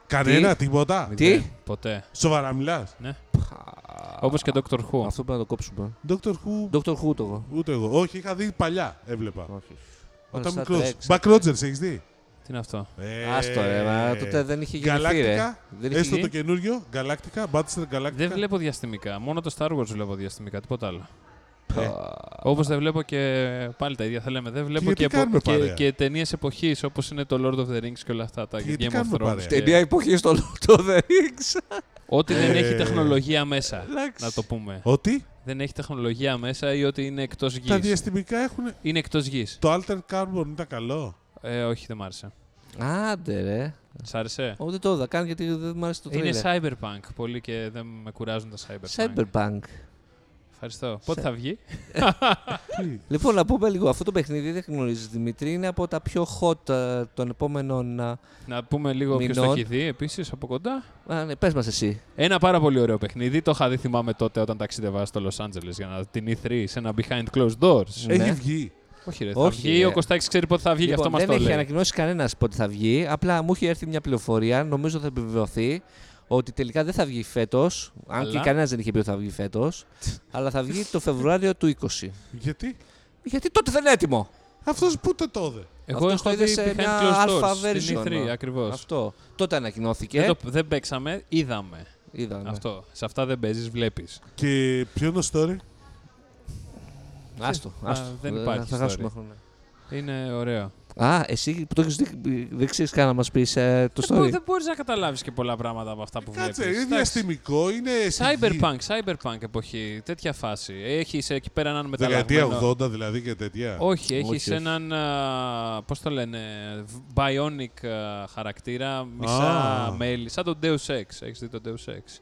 Κανένα, τίποτα.
Τι?
Ναι, Ποτέ.
Σοβαρά μιλάς.
Όπως και Doctor
Ε,
Who.
Αυτό πρέπει να το κόψουμε.
Doctor Who,
Doctor Who το εγώ.
ούτε εγώ. Όχι, είχα δει παλιά, έβλεπα.
Όχι.
Όταν
Star
μικρό.
Trek,
Buck Rogers, έχεις δει.
Τι είναι αυτό.
Ε,
Άστο ρε, μα τότε δεν είχε γεννηθεί ρε.
Galactica,
Δεν είχε
έστω το
γίνει.
καινούριο, Galactica, Battlestar Galactica.
Δεν βλέπω διαστημικά. Μόνο το Star Wars βλέπω διαστημικά, τίποτα άλλο.
Ε,
Όπως δεν βλέπω και. Πάλι τα ίδια θα λέμε. Δεν βλέπω
γιατί
και,
κάνουμε
και,
παρέα.
και ταινίες εποχής όπως είναι το Lord of the Rings και όλα αυτά. Τα
Και
Game
γιατί
of
κάνουμε
Thrones.
παρέα.
και-
Ε, Ταινία εποχής στο Lord of the Rings.
Ό,τι δεν
Ε,
έχει τεχνολογία μέσα.
Εντάξει.
Να το πούμε.
Ότι
Δεν έχει τεχνολογία μέσα ή ότι είναι εκτός γη.
τα διαστημικά έχουν.
Είναι εκτός γης.
Το Alter Carbon ήταν καλό.
Ε, όχι, δεν μ' άρεσε.
Άντε ρε.
Σ' άρεσε.
Ούτε το είδα καν γιατί δεν μου άρεσε το
είναι
τρίλερ.
cyberpunk πολύ και δεν με κουράζουν τα cyberpunk.
Cyberpunk.
Ευχαριστώ. Πότε θα βγει.
Τι,
Λοιπόν, να πούμε λίγο. Αυτό το παιχνίδι δεν γνωρίζεις Δημήτρη. Είναι από τα πιο hot ε, των επόμενων. ε, α,
Να πούμε λίγο ποιος το
Μηνών.
έχει δει επίσης από κοντά.
Α, ναι, πες μας εσύ.
Ένα πάρα πολύ ωραίο παιχνίδι. Το είχα δει, θυμάμαι τότε όταν ταξίδευα στο Los Angeles για να την E3 σε ένα behind closed doors.
Ναι.
Έχει βγει.
Όχι, ρε. Θα
Όχι,
βγει.
ρε.
Ο Κωστάκης ξέρει πότε θα βγει, γι' αυτό
Λοιπόν,
μας
δεν
το
έχει
λέει.
ανακοινώσει κανένας πότε θα βγει. Απλά μου έχει έρθει μια πληροφορία, νομίζω θα επιβεβαιωθεί, ότι τελικά δεν θα βγει φέτος. Αν και
Αλλά?
κανένας δεν είχε πει ότι θα βγει φέτος.
<laughs>
αλλά θα βγει το Φεβρουάριο του 20.
Γιατί
Γιατί τότε δεν είναι έτοιμο.
αυτός που τε τότε.
Εγώ
Αυτό
έχω
το είδες
δει
σε
behind
ένα
closed
alpha
doors. Στην
version,
E3,
α.
ακριβώς.
Αυτό. Τότε ανακοινώθηκε.
Δεν, το- δεν παίξαμε, είδαμε.
Είδαμε.
Αυτό. Σε αυτά δεν παίζεις, βλέπεις.
Και ποιο είναι το story.
Άστο,
Α,
άστο.
δεν
Ε,
υπάρχει
Θα
story.
χάσουμε χρόνο.
Είναι ωραίο.
Α, εσύ που το έχεις δει, δεν ξέρεις καν να μας πεις το
Δεν μπο-
story.
Ε, Δεν μπορείς να καταλάβεις και πολλά πράγματα από αυτά που βλέπει.
Κάτσε, είναι διαστημικό, είναι.
Cyberpunk, cyberpunk εποχή, τέτοια φάση. Έχει εκεί πέρα έναν
Δεκαετία
μεταλλαγμένο.
80 δηλαδή και τέτοια.
Όχι,
Όχι,
έχεις
όχι.
έναν. α, Πώς το λένε, bionic α, χαρακτήρα, μισά
Α.
μέλη. Σαν τον Deus Ex. Έχεις δει τον Deus Ex.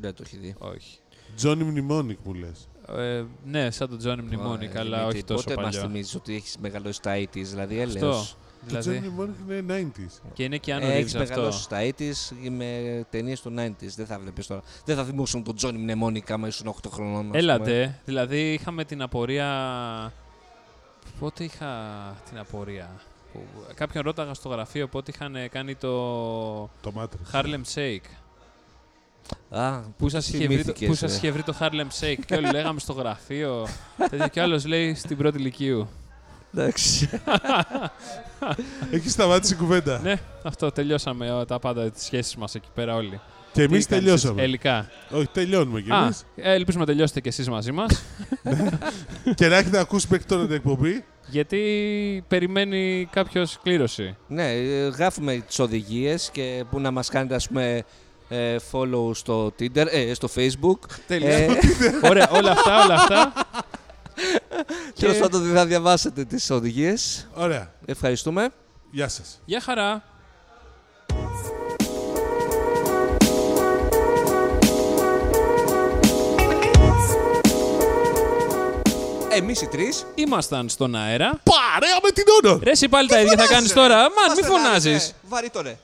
Δεν το έχει δει.
Όχι.
Johnny Mnemonic μου λες.
Ε, ναι, σαν τον Τζόνι Μνημόνι,
Ε,
καλά,
Δημήτρη,
όχι τόσο
Πότε μας
παλιό.
θυμίζεις ότι έχεις μεγαλώσει στα 80s, δηλαδή
Αυτό.
έλεος.
Δηλαδή... Το
Δηλαδή,
Johnny Mnemonic είναι 90s.
και είναι και αν
Έχει
ρίξει αυτό.
Ε, μεγαλώσει στα 80s με ταινίες των 90s. Δεν θα βλέπεις τώρα. Δεν θα θυμούσαν τον Τζόνι Μνημόνικα άμα ήσουν 8 χρονών. ας πούμε.
Έλατε, δηλαδή είχαμε την απορία. Πότε είχα την απορία. Που... Κάποιον ρώταγα στο γραφείο πότε είχαν ε, κάνει το
Το Matrix.
Harlem Shake.
Α,
Πού σας είχε, βρει το-
Θυμήθηκες,
πού σας
ε.
είχε βρει το Harlem Shake και όλοι λέγαμε στο γραφείο. τέτοιο, και άλλος λέει στην πρώτη ηλικίου.
εντάξει.
Έχει σταματήσει η κουβέντα.
ναι, αυτό τελειώσαμε ο, τα πάντα, τις σχέσεις μας εκεί πέρα όλοι.
Και
Τι
εμεί
κάνεις
τελειώσαμε.
έτσι, Ελικά.
Όχι, τελειώνουμε κι
Α,
εμείς.
ε, ελπίζω να τελειώσετε κι εσείς μαζί μας.
και να έχετε ακούσει μέχρι τώρα την εκπομπή.
γιατί περιμένει κάποιος κλήρωση.
<laughs> ναι, ε, γράφουμε τις οδηγίες και που να μας κάνετε, ας πούμε, ε, follow στο, Tinder, ε, στο Facebook. Ε,
<laughs> Τέλεια. Ωραία, όλα αυτά, όλα αυτά.
και τέλο πάντων δεν θα διαβάσετε τις οδηγίες.
Ωραία.
Ευχαριστούμε.
Γεια σας.
Γεια χαρά.
Εμείς οι τρεις.
Ήμασταν στον αέρα.
Παρέα με την Όνορ!
Ρε, εσύ πάλι τα ίδια θα κάνει τώρα. Μα μη φωνάζει.
Βαρύτονε.